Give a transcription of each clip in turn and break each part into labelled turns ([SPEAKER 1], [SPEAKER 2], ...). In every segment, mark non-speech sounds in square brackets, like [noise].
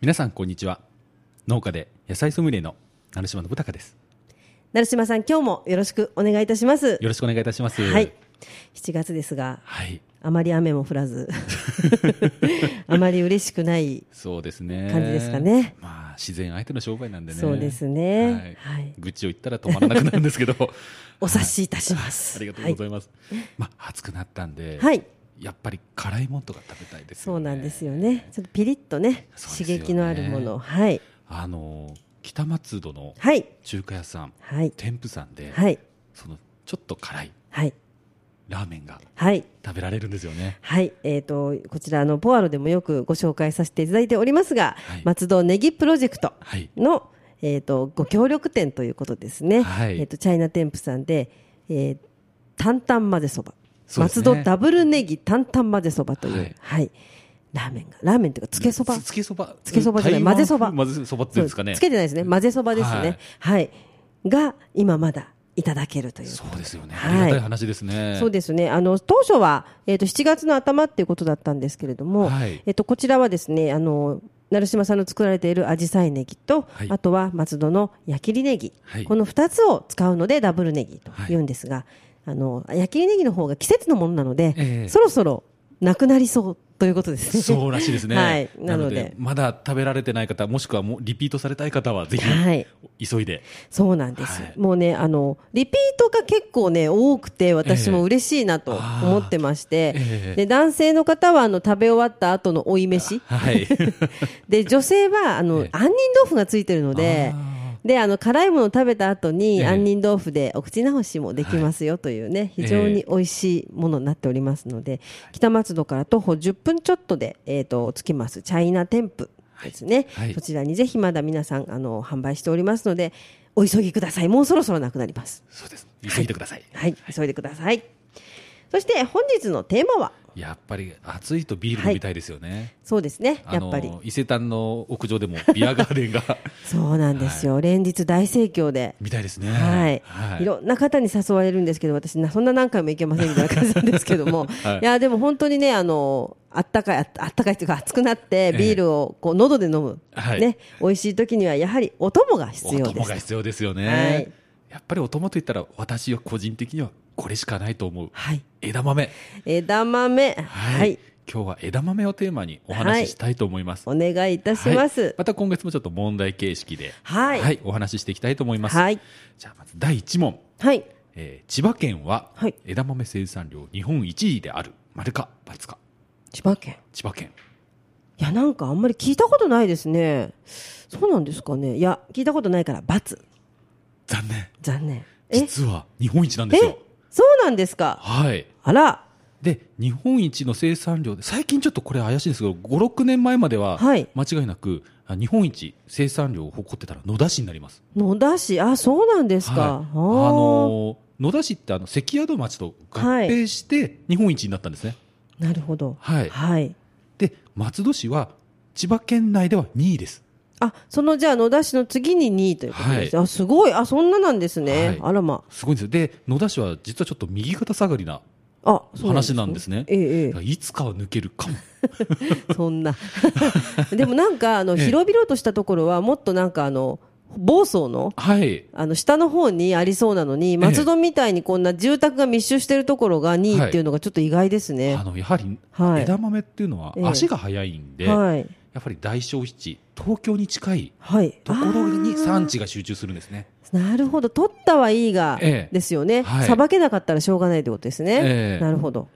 [SPEAKER 1] 皆さんこんにちは農家で野菜ソムリエの成島信孝です
[SPEAKER 2] 成島さん今日もよろしくお願いいたします
[SPEAKER 1] よろしくお願いいたします
[SPEAKER 2] はい7月ですが
[SPEAKER 1] はい
[SPEAKER 2] あまり雨も降ら
[SPEAKER 1] [laughs]
[SPEAKER 2] ずあまり嬉しくない
[SPEAKER 1] そうですね
[SPEAKER 2] 感じですかね
[SPEAKER 1] まあ自然相手の商売なんでね
[SPEAKER 2] そうですね
[SPEAKER 1] はい
[SPEAKER 2] はい
[SPEAKER 1] 愚痴を言ったら止まらなくなるんです
[SPEAKER 2] [laughs]
[SPEAKER 1] けど
[SPEAKER 2] お察しいたします
[SPEAKER 1] ありがとうござ
[SPEAKER 2] はい
[SPEAKER 1] ます、まあ暑くなったんで、
[SPEAKER 2] はい
[SPEAKER 1] やっぱり辛いもんとか食べたいです
[SPEAKER 2] そ
[SPEAKER 1] よね
[SPEAKER 2] うなんですよねちょっとピリッとね
[SPEAKER 1] そうです
[SPEAKER 2] 刺
[SPEAKER 1] よね
[SPEAKER 2] 激のあるものをはい
[SPEAKER 1] あの北松戸の
[SPEAKER 2] はい
[SPEAKER 1] 中華屋さん、
[SPEAKER 2] はい
[SPEAKER 1] 天ぷさんで、
[SPEAKER 2] はい
[SPEAKER 1] そのちょっと辛い
[SPEAKER 2] はい
[SPEAKER 1] ラーメンが
[SPEAKER 2] はい
[SPEAKER 1] 食べられるんですよね
[SPEAKER 2] はい、えー、とこちらあのポアロでもよくご紹介させていただいておりますが、
[SPEAKER 1] はい
[SPEAKER 2] 松戸ネギプロジェクト
[SPEAKER 1] はい
[SPEAKER 2] の、えー、とご協力店ということですね、
[SPEAKER 1] はい
[SPEAKER 2] えー、とチャイナ店舗さんで、えー、担々混ぜそば
[SPEAKER 1] そうです
[SPEAKER 2] 松
[SPEAKER 1] ね
[SPEAKER 2] 戸ダブルネギ担々混ぜそばという、は
[SPEAKER 1] はいい
[SPEAKER 2] ラーメンがラーメンというかつけそば
[SPEAKER 1] つけそば
[SPEAKER 2] つけそばじゃない
[SPEAKER 1] 台湾
[SPEAKER 2] 混ぜそば
[SPEAKER 1] 風混ぜそばっていうんですかね
[SPEAKER 2] そうつけてないですね混ぜそばですね、はいが今まだいただけるという
[SPEAKER 1] そうですよね。
[SPEAKER 2] は
[SPEAKER 1] あ
[SPEAKER 2] い
[SPEAKER 1] りがたい話ですね。
[SPEAKER 2] そうですね。あの、当初は、えっ、と、7月の頭っていうことだったんですけれども、
[SPEAKER 1] はい
[SPEAKER 2] えっ、と、こちらはですね、あの、成島さんの作られているアジサイネギと、
[SPEAKER 1] はい
[SPEAKER 2] あとは松戸の矢切ネギ、
[SPEAKER 1] はい
[SPEAKER 2] この2つを使うのでダブルネギと言うんですが、あの、矢切ネギの方が季節のものなので、
[SPEAKER 1] ええ
[SPEAKER 2] そろそろなくなりそうということですね。
[SPEAKER 1] そうらしいです
[SPEAKER 2] [laughs]
[SPEAKER 1] ね。
[SPEAKER 2] はい。な
[SPEAKER 1] な
[SPEAKER 2] の
[SPEAKER 1] の
[SPEAKER 2] で、
[SPEAKER 1] で、まだ食べられてない方、もしくはもうリピートされたい方は、ぜ
[SPEAKER 2] [laughs] はい
[SPEAKER 1] ひ、急いで。
[SPEAKER 2] そうなんです、
[SPEAKER 1] はい
[SPEAKER 2] もうねあのリピートが結構ね多くて私も嬉しいなと
[SPEAKER 1] あー
[SPEAKER 2] 思ってまして、
[SPEAKER 1] ええ
[SPEAKER 2] で男性の方はあの食べ終わった後の追い飯
[SPEAKER 1] はい。
[SPEAKER 2] で女性はあの、
[SPEAKER 1] ええ
[SPEAKER 2] 杏仁豆腐がついてるの [laughs] で
[SPEAKER 1] あ
[SPEAKER 2] であの辛いものを食べた後に、
[SPEAKER 1] ええ
[SPEAKER 2] 杏仁豆腐でお口直しもできますよというね、非常に美味しいものになっておりますので、北松戸から徒歩10分ちょっとで、えー、と着きますチャイナ店舗ですね、
[SPEAKER 1] はいはい
[SPEAKER 2] そちらにぜひまだ皆さんあの販売しておりますのでお急ぎくださいもうそろそろなくなります
[SPEAKER 1] そうです。急いでください。
[SPEAKER 2] はい急いでくださいそして本日のテーマは
[SPEAKER 1] やっぱり、暑いとビール飲みたいですよね。
[SPEAKER 2] そうですね
[SPEAKER 1] あ
[SPEAKER 2] や
[SPEAKER 1] の
[SPEAKER 2] っぱり
[SPEAKER 1] 伊勢丹の屋上でも、ビアガーデンが [laughs]
[SPEAKER 2] そうなんですよ、連日大盛況で
[SPEAKER 1] 見たいですね。
[SPEAKER 2] はい、い、ろんな方に誘われるんですけど、私、なそんな何回も行けませんみたいな感じなんですけども、、
[SPEAKER 1] [laughs] はいい
[SPEAKER 2] や、でも本当にね、あの、あったかい、ああったかいというか、熱くなって、ビールをこう喉で飲む、
[SPEAKER 1] はい
[SPEAKER 2] ね、美味しい時には、やはりお供が必
[SPEAKER 1] お
[SPEAKER 2] 要で
[SPEAKER 1] 供
[SPEAKER 2] す
[SPEAKER 1] が。必要ですよ
[SPEAKER 2] はい
[SPEAKER 1] ね。やっぱりお供といったら、私は個人的には、これしかないと思う。
[SPEAKER 2] はい、
[SPEAKER 1] 枝豆。
[SPEAKER 2] 枝豆、
[SPEAKER 1] はい、
[SPEAKER 2] はい、
[SPEAKER 1] 今日は枝豆をテーマにお話ししたいと思います。
[SPEAKER 2] お願いいたします
[SPEAKER 1] はい。また今月もちょっと問題形式で、
[SPEAKER 2] はい
[SPEAKER 1] お話ししていきたいと思います。
[SPEAKER 2] はい、
[SPEAKER 1] じゃあまず第1問、
[SPEAKER 2] はい、
[SPEAKER 1] えー千葉県は
[SPEAKER 2] はい
[SPEAKER 1] 枝豆生産量日本一位である丸か×か
[SPEAKER 2] 千葉県。
[SPEAKER 1] 千葉県
[SPEAKER 2] いや、なんかあんまり聞いたことないですね。そうなんですかね。いや、聞いたことないから、罰。
[SPEAKER 1] 残念
[SPEAKER 2] 残念。え、
[SPEAKER 1] 実は日本一なんです
[SPEAKER 2] え
[SPEAKER 1] よ、
[SPEAKER 2] そうなんですか。
[SPEAKER 1] はい
[SPEAKER 2] あら。
[SPEAKER 1] で日本一の生産量で最近ちょっとこれ怪しいんですけど56年前までは
[SPEAKER 2] は
[SPEAKER 1] 間
[SPEAKER 2] い
[SPEAKER 1] 違いなく、あ日本一生産量を誇ってたら野田市になります
[SPEAKER 2] 野田市、あ、そうなんですか。
[SPEAKER 1] はい、あ
[SPEAKER 2] あー
[SPEAKER 1] のー野田市ってあの関宿町と合
[SPEAKER 2] はい
[SPEAKER 1] 併して日本一になったんですね、
[SPEAKER 2] なるほど。
[SPEAKER 1] はい
[SPEAKER 2] はい。
[SPEAKER 1] で松戸市は千葉県内では2位です
[SPEAKER 2] あ、そのじゃあ野田市の次に2位ということです。あ、すごい。あ、そんななんですね。
[SPEAKER 1] はい
[SPEAKER 2] あらます
[SPEAKER 1] ごいんですよで野田市は実はちょっと右肩下がりな
[SPEAKER 2] あ。あ、そう
[SPEAKER 1] 話なんですね
[SPEAKER 2] えええ
[SPEAKER 1] だからいつかは抜けるかも
[SPEAKER 2] え、そんな。 [laughs] でもなんか、あの、
[SPEAKER 1] [laughs] ええ
[SPEAKER 2] 広々としたところは、もっとなんか、あの、房総の、
[SPEAKER 1] はい
[SPEAKER 2] あの、下の方にありそうなのに、松戸みたいにこんな住宅が密集してるところが2位っていうのがちょっと意外ですね
[SPEAKER 1] あ。のやはり
[SPEAKER 2] はい
[SPEAKER 1] 枝豆っていうのは
[SPEAKER 2] ええ
[SPEAKER 1] 足が速いんで、
[SPEAKER 2] はい。
[SPEAKER 1] やっぱり大消費地東京に近い
[SPEAKER 2] はい。
[SPEAKER 1] ところに
[SPEAKER 2] あー
[SPEAKER 1] 産地が集中するんですね
[SPEAKER 2] なるほど、取ったはいいが、
[SPEAKER 1] ええ
[SPEAKER 2] ですよね、
[SPEAKER 1] はい
[SPEAKER 2] さばけなかったらしょうがないってことですね、
[SPEAKER 1] ええ
[SPEAKER 2] なるほど、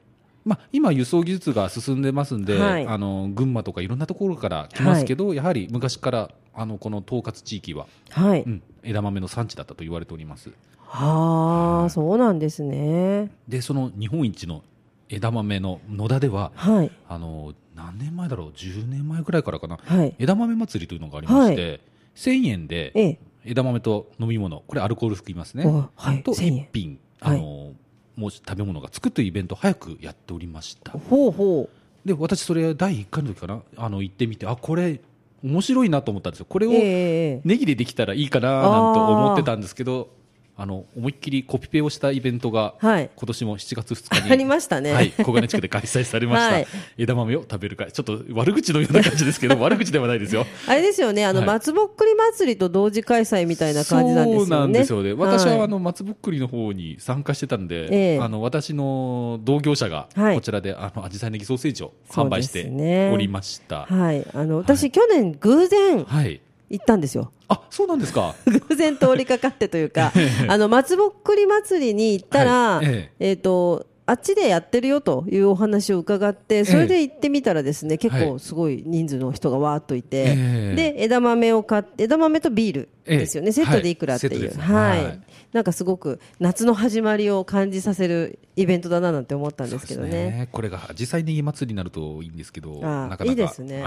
[SPEAKER 1] まあ、今、輸送技術が進んでますんで、
[SPEAKER 2] はい
[SPEAKER 1] あの群馬とかいろんなところから来ますけど、やはり昔からあのこの統括地域は、
[SPEAKER 2] はい、
[SPEAKER 1] うん、枝豆の産地だったと言われております。
[SPEAKER 2] はあ、そうなんですね、
[SPEAKER 1] でその日本一の枝豆の野田では
[SPEAKER 2] はい
[SPEAKER 1] あの何年前だろう10年前ぐらいからかな
[SPEAKER 2] はい
[SPEAKER 1] 枝豆祭りというのがありまして、1000円
[SPEAKER 2] え
[SPEAKER 1] で
[SPEAKER 2] え
[SPEAKER 1] 枝豆と飲み物これアルコール含みますね
[SPEAKER 2] おはい
[SPEAKER 1] と
[SPEAKER 2] 1000
[SPEAKER 1] 1
[SPEAKER 2] 円
[SPEAKER 1] 品あの、もう食べ物がつくというイベントを早くやっておりました
[SPEAKER 2] ほうほ
[SPEAKER 1] で私それ第1回の時かなあの行ってみてあこれ面白いなと思ったんですよこれ
[SPEAKER 2] う
[SPEAKER 1] を
[SPEAKER 2] ええええ
[SPEAKER 1] ネギでできたらいいかななんて思ってたんですけどあの思いっきりコピペをしたイベントが
[SPEAKER 2] はい
[SPEAKER 1] 今年も7月2日に
[SPEAKER 2] ありましたね
[SPEAKER 1] はい、小金地区で開催されまし
[SPEAKER 2] [laughs]
[SPEAKER 1] た、
[SPEAKER 2] はい
[SPEAKER 1] 枝豆を食べる会ちょっと悪口のような感じで
[SPEAKER 2] [laughs]
[SPEAKER 1] すけど悪口ではないですよ
[SPEAKER 2] あれですよねあの、
[SPEAKER 1] はい
[SPEAKER 2] 松ぼっくり祭りと同時開催みたいな感じなんですよね
[SPEAKER 1] そうなんですよね私はあ
[SPEAKER 2] い
[SPEAKER 1] の松ぼっくりの方に参加してたんで、
[SPEAKER 2] ええ
[SPEAKER 1] あの私の同業者が
[SPEAKER 2] はい
[SPEAKER 1] こちらであのアジサイネギソーセージを
[SPEAKER 2] そう
[SPEAKER 1] 販
[SPEAKER 2] で
[SPEAKER 1] 売
[SPEAKER 2] す
[SPEAKER 1] して
[SPEAKER 2] ね
[SPEAKER 1] おりました、
[SPEAKER 2] はいあの私、去年偶然
[SPEAKER 1] はい、
[SPEAKER 2] 行ったんですよ
[SPEAKER 1] あそうなんですか
[SPEAKER 2] 偶然通りかかってという
[SPEAKER 1] [laughs]
[SPEAKER 2] かあの松ぼっくり祭りに行ったら、
[SPEAKER 1] はいえ
[SPEAKER 2] えっ、とあっちでやってるよというお話を伺ってそれで行ってみたらですね、結
[SPEAKER 1] は
[SPEAKER 2] 構
[SPEAKER 1] い
[SPEAKER 2] すごい人数の人がわーっといて、
[SPEAKER 1] ええ
[SPEAKER 2] で枝豆を買って枝豆とビールですよね、
[SPEAKER 1] ええ
[SPEAKER 2] セットでいくらってい
[SPEAKER 1] はいセッ
[SPEAKER 2] う、
[SPEAKER 1] トです
[SPEAKER 2] はい
[SPEAKER 1] はい
[SPEAKER 2] なんかすごく夏の始まりを感じさせるイベントだななんて思ったんですけど
[SPEAKER 1] そうで
[SPEAKER 2] ね
[SPEAKER 1] す。これがアジサイネギ祭りになるといいんですけど
[SPEAKER 2] あ
[SPEAKER 1] なかなか
[SPEAKER 2] いいですね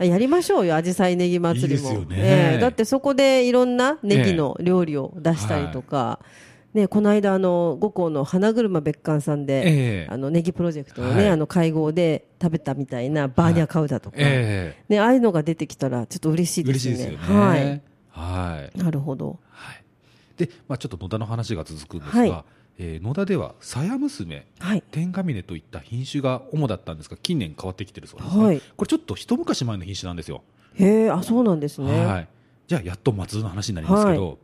[SPEAKER 2] あ [laughs] やりましょうよ、あじさいねぎ祭りも
[SPEAKER 1] いいですよね
[SPEAKER 2] ええだってそこでいろんなネギの料理を出したりとか、ね、この間あの、五校の花車別館さんで、
[SPEAKER 1] [laughs] ええ
[SPEAKER 2] あのネギプロジェクトの,、ね
[SPEAKER 1] はい
[SPEAKER 2] あの会合で食べたみたいなバーニャカウダとか、
[SPEAKER 1] ええ
[SPEAKER 2] ね、ああいうのが出てきたら、ちょっと嬉しいで
[SPEAKER 1] 嬉
[SPEAKER 2] す
[SPEAKER 1] しい
[SPEAKER 2] ね。
[SPEAKER 1] ですよね
[SPEAKER 2] はい
[SPEAKER 1] はい
[SPEAKER 2] なるほど
[SPEAKER 1] はいで、まあ、ちょっと野田の話が続くんですが、
[SPEAKER 2] はい
[SPEAKER 1] えー野田ではさや娘
[SPEAKER 2] はい
[SPEAKER 1] 天下峰といった品種が主だったんですが近年変わってきてるそうですね、
[SPEAKER 2] はい
[SPEAKER 1] これちょっと一昔前の品種なんですよ、
[SPEAKER 2] へえあそうなんですね、
[SPEAKER 1] はい、じゃあやっと松戸の話になりますけど、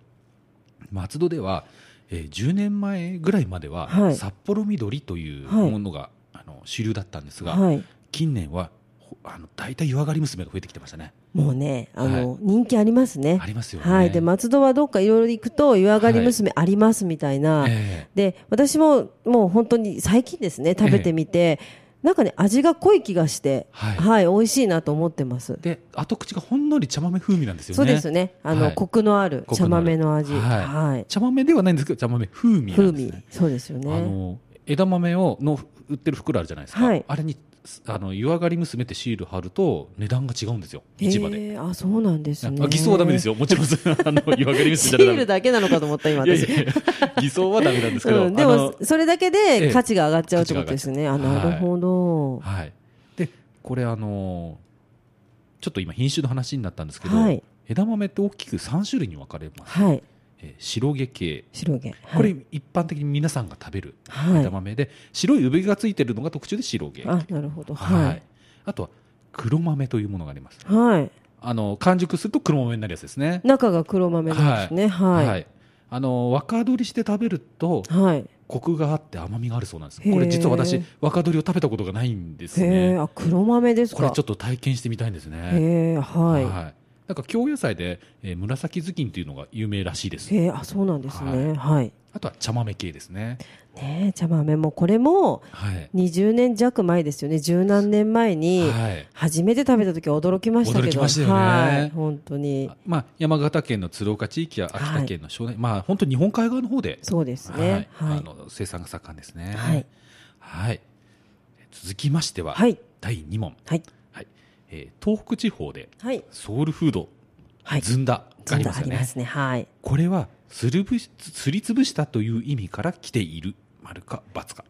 [SPEAKER 1] 松戸では、えー10年前ぐらいまでは、
[SPEAKER 2] はい
[SPEAKER 1] 札幌緑という
[SPEAKER 2] はい
[SPEAKER 1] ものが、あの主流だったんですが、
[SPEAKER 2] はい
[SPEAKER 1] 近年はほあの大体湯上がり娘が増えてきてましたね
[SPEAKER 2] もうね、あの、人気ありますね。
[SPEAKER 1] ありますよね
[SPEAKER 2] はい、で、松戸はどっかいろいろ行くと、湯上がり娘ありますみたいな。
[SPEAKER 1] え
[SPEAKER 2] で、私も、もう本当に最近ですね、食べてみて。なんかね、味が濃い気がして、
[SPEAKER 1] はい
[SPEAKER 2] 美味しいなと思ってます。
[SPEAKER 1] で後口がほんのり茶豆風味なんですよね
[SPEAKER 2] そうですね、あの、
[SPEAKER 1] はい
[SPEAKER 2] コクのある
[SPEAKER 1] コク
[SPEAKER 2] 茶
[SPEAKER 1] のある
[SPEAKER 2] 豆の味。
[SPEAKER 1] はい
[SPEAKER 2] はい、
[SPEAKER 1] 茶豆ではないんですけど茶豆風味な
[SPEAKER 2] 風
[SPEAKER 1] んです
[SPEAKER 2] 味
[SPEAKER 1] ね、
[SPEAKER 2] そうですよ
[SPEAKER 1] あ
[SPEAKER 2] ね。
[SPEAKER 1] の枝豆をの売ってる袋あるじゃないですか、
[SPEAKER 2] はい
[SPEAKER 1] あれにあの湯上がり娘ってシール貼ると値段が違うんですよ市場で、
[SPEAKER 2] へえあ、そうなんですね。
[SPEAKER 1] あ偽装はダメです
[SPEAKER 2] よ。
[SPEAKER 1] よもち
[SPEAKER 2] [laughs]
[SPEAKER 1] ろんあの湯上がり娘
[SPEAKER 2] シ
[SPEAKER 1] じゃダメ
[SPEAKER 2] ールだけなのかと思った、今
[SPEAKER 1] いやい
[SPEAKER 2] 私。
[SPEAKER 1] やいや偽装はダメなんですけど、
[SPEAKER 2] うん、で
[SPEAKER 1] あ
[SPEAKER 2] も
[SPEAKER 1] の、
[SPEAKER 2] それだけ
[SPEAKER 1] え
[SPEAKER 2] で
[SPEAKER 1] え
[SPEAKER 2] 価値が上がっちゃうってことですね。あ、
[SPEAKER 1] 価値が上がっちゃう
[SPEAKER 2] なるほど。
[SPEAKER 1] はいでこれあのちょっと今品種の話になったんですけど、
[SPEAKER 2] はい
[SPEAKER 1] 枝豆って大きく3種類に分かれます、
[SPEAKER 2] はい。
[SPEAKER 1] えー白毛系
[SPEAKER 2] 白毛。はい
[SPEAKER 1] これ一般的に皆さんが食べる
[SPEAKER 2] はい
[SPEAKER 1] 枝豆で、白い産毛がついてるのが特徴で白毛
[SPEAKER 2] あ、なるほど。
[SPEAKER 1] は
[SPEAKER 2] はい
[SPEAKER 1] い。、あとは黒豆というものがあります
[SPEAKER 2] はい。
[SPEAKER 1] あの完熟すると黒豆になるやつですね
[SPEAKER 2] 中が黒豆なんですね。はい。
[SPEAKER 1] あの若鶏して食べると
[SPEAKER 2] はい。
[SPEAKER 1] コクがあって甘みがあるそうなんです
[SPEAKER 2] へー
[SPEAKER 1] これ実は私若鶏を食べたことがないんです
[SPEAKER 2] へえ、
[SPEAKER 1] ね
[SPEAKER 2] あ、黒豆ですか。
[SPEAKER 1] これちょっと体験してみたいんですね
[SPEAKER 2] へえ、は
[SPEAKER 1] なんか京野菜で、えー紫頭巾というのが有名らしいです
[SPEAKER 2] い。へえ、あ、そうなんですね。はい。
[SPEAKER 1] あとは茶豆系ですね
[SPEAKER 2] ねえ、茶豆も、これも。
[SPEAKER 1] はい、
[SPEAKER 2] 20年弱前ですよね。十何年前に。
[SPEAKER 1] はい
[SPEAKER 2] 初めて食べた時は驚きましたけ
[SPEAKER 1] 驚き
[SPEAKER 2] ど。
[SPEAKER 1] ましたよね
[SPEAKER 2] はい。本当に。
[SPEAKER 1] まあ、山形県の鶴岡地域や秋田県の庄内、まあ、本当日本海側の方で
[SPEAKER 2] そうですね。は
[SPEAKER 1] はい、あ
[SPEAKER 2] い。
[SPEAKER 1] の生産が盛んですね。
[SPEAKER 2] はい
[SPEAKER 1] はい続きましては、
[SPEAKER 2] はい。
[SPEAKER 1] 第2問、
[SPEAKER 2] はい。
[SPEAKER 1] はいえー東北地方で
[SPEAKER 2] はい。
[SPEAKER 1] ソウルフード、
[SPEAKER 2] はい。
[SPEAKER 1] ずんだがありま
[SPEAKER 2] ず
[SPEAKER 1] す
[SPEAKER 2] んだあり
[SPEAKER 1] よね
[SPEAKER 2] ま。すね。はい。
[SPEAKER 1] これはすりぶしすりつぶしたという意味から来ている丸か×か。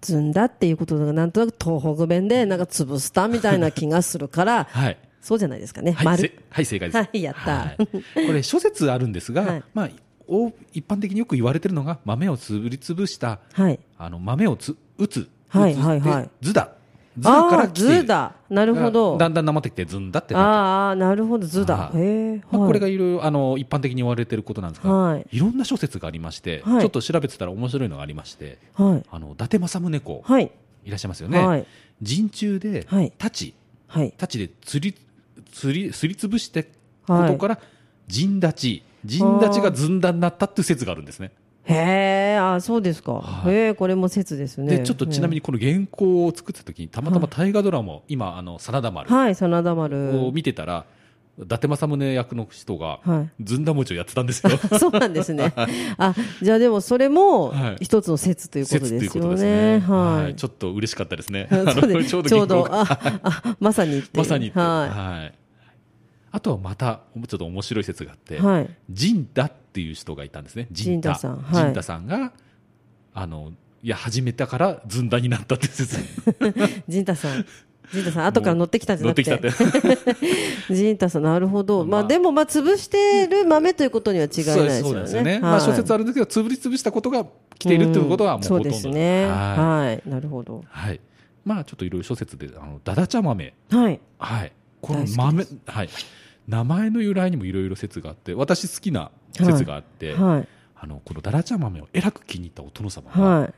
[SPEAKER 2] ずんだっていうことがなんとなく東北弁でなんか潰したみたいな気がするから、
[SPEAKER 1] [laughs] はい
[SPEAKER 2] そうじゃないですかね。
[SPEAKER 1] はい、
[SPEAKER 2] 丸
[SPEAKER 1] せ。はい、正解です。
[SPEAKER 2] はいやった
[SPEAKER 1] はいこれ諸説あるんですが、
[SPEAKER 2] はい
[SPEAKER 1] まあお一般的によく言われてるのが豆をすりつぶした
[SPEAKER 2] はい。
[SPEAKER 1] あの豆をつ打つ、
[SPEAKER 2] はい
[SPEAKER 1] 打つ
[SPEAKER 2] はいはい
[SPEAKER 1] でずだ、ず
[SPEAKER 2] あ
[SPEAKER 1] か
[SPEAKER 2] あ
[SPEAKER 1] ら
[SPEAKER 2] ー、
[SPEAKER 1] 来てい
[SPEAKER 2] ず
[SPEAKER 1] る。
[SPEAKER 2] だ。なるほど。
[SPEAKER 1] だんだんなまってきてずんだってなって
[SPEAKER 2] あーあー、なるほど、ずだ
[SPEAKER 1] は。い
[SPEAKER 2] へえ。
[SPEAKER 1] まあ、これが
[SPEAKER 2] い
[SPEAKER 1] いろいろあの一般的に言われてることなんですが、
[SPEAKER 2] はい
[SPEAKER 1] い、ろんな諸説がありまして、
[SPEAKER 2] はい
[SPEAKER 1] ちょっと調べてたら面白いのがありまして
[SPEAKER 2] はい。
[SPEAKER 1] あの伊達政宗公
[SPEAKER 2] はい。
[SPEAKER 1] いらっしゃいますよね、
[SPEAKER 2] はい。
[SPEAKER 1] 陣中で
[SPEAKER 2] はい
[SPEAKER 1] 太刀
[SPEAKER 2] はい。
[SPEAKER 1] 太刀で釣り釣りすりつぶしてこ
[SPEAKER 2] はい
[SPEAKER 1] とから陣立ち陣立ちがずんだになったっていう説があるんですね
[SPEAKER 2] へえ、あーそうですか。
[SPEAKER 1] はい
[SPEAKER 2] へえ、これも説ですね。
[SPEAKER 1] でちょっとちなみ
[SPEAKER 2] に。
[SPEAKER 1] にこの原稿を作ってた時にたまたま大河ドラマを今あの真田丸
[SPEAKER 2] はい、真田丸。
[SPEAKER 1] を見てたら伊達政宗役の人が
[SPEAKER 2] はい
[SPEAKER 1] ずんだ餅をやってたんですよ。
[SPEAKER 2] [laughs] そうなんです
[SPEAKER 1] [laughs]
[SPEAKER 2] ね。あ、じゃあでもそれも
[SPEAKER 1] はい
[SPEAKER 2] 一つの説ということ
[SPEAKER 1] 説
[SPEAKER 2] で
[SPEAKER 1] という
[SPEAKER 2] す
[SPEAKER 1] こと
[SPEAKER 2] よ
[SPEAKER 1] です
[SPEAKER 2] ね。
[SPEAKER 1] ね。
[SPEAKER 2] はい。
[SPEAKER 1] ちょっと嬉しかったですね。
[SPEAKER 2] [laughs] そうで
[SPEAKER 1] ちょうど
[SPEAKER 2] ちょう
[SPEAKER 1] 銀行
[SPEAKER 2] ど、
[SPEAKER 1] が
[SPEAKER 2] あ、あ、まさにっていう
[SPEAKER 1] まさにって、
[SPEAKER 2] は
[SPEAKER 1] はい。あとはまた、ちょっと面白い説があっ
[SPEAKER 2] い。
[SPEAKER 1] て、
[SPEAKER 2] はい。
[SPEAKER 1] 陣田っていう人がいたんですね。
[SPEAKER 2] 陣
[SPEAKER 1] 陣
[SPEAKER 2] 田
[SPEAKER 1] 田
[SPEAKER 2] さんはい
[SPEAKER 1] 陣田さんが、あの、いや、始めたからずんだになったって説。
[SPEAKER 2] 陣太さん。陣太さん、後から乗ってきたんじゃ
[SPEAKER 1] 乗
[SPEAKER 2] な
[SPEAKER 1] って
[SPEAKER 2] く
[SPEAKER 1] きたって
[SPEAKER 2] て。。陣太さん、なるほど。まあ
[SPEAKER 1] まあ
[SPEAKER 2] でも、まあ潰してる豆ということには違いないです
[SPEAKER 1] そうそうなん
[SPEAKER 2] よ
[SPEAKER 1] ですよね。
[SPEAKER 2] ね。
[SPEAKER 1] まあ諸説
[SPEAKER 2] は
[SPEAKER 1] あるんですけど、つぶりつぶしたことが来ているということはもうほとんど
[SPEAKER 2] そうですね。
[SPEAKER 1] は
[SPEAKER 2] はい。なるほど
[SPEAKER 1] い。。はい。まあちょっといろいろ諸説で、あの、だだ茶豆。
[SPEAKER 2] はい。
[SPEAKER 1] はい。こ
[SPEAKER 2] 大好
[SPEAKER 1] の
[SPEAKER 2] きです
[SPEAKER 1] 豆、はい。名前の由来にもいろいろ説があって、私好きな説があって、
[SPEAKER 2] はい。
[SPEAKER 1] あの、このだだ茶豆をえらく気に入ったお殿様が、
[SPEAKER 2] はい。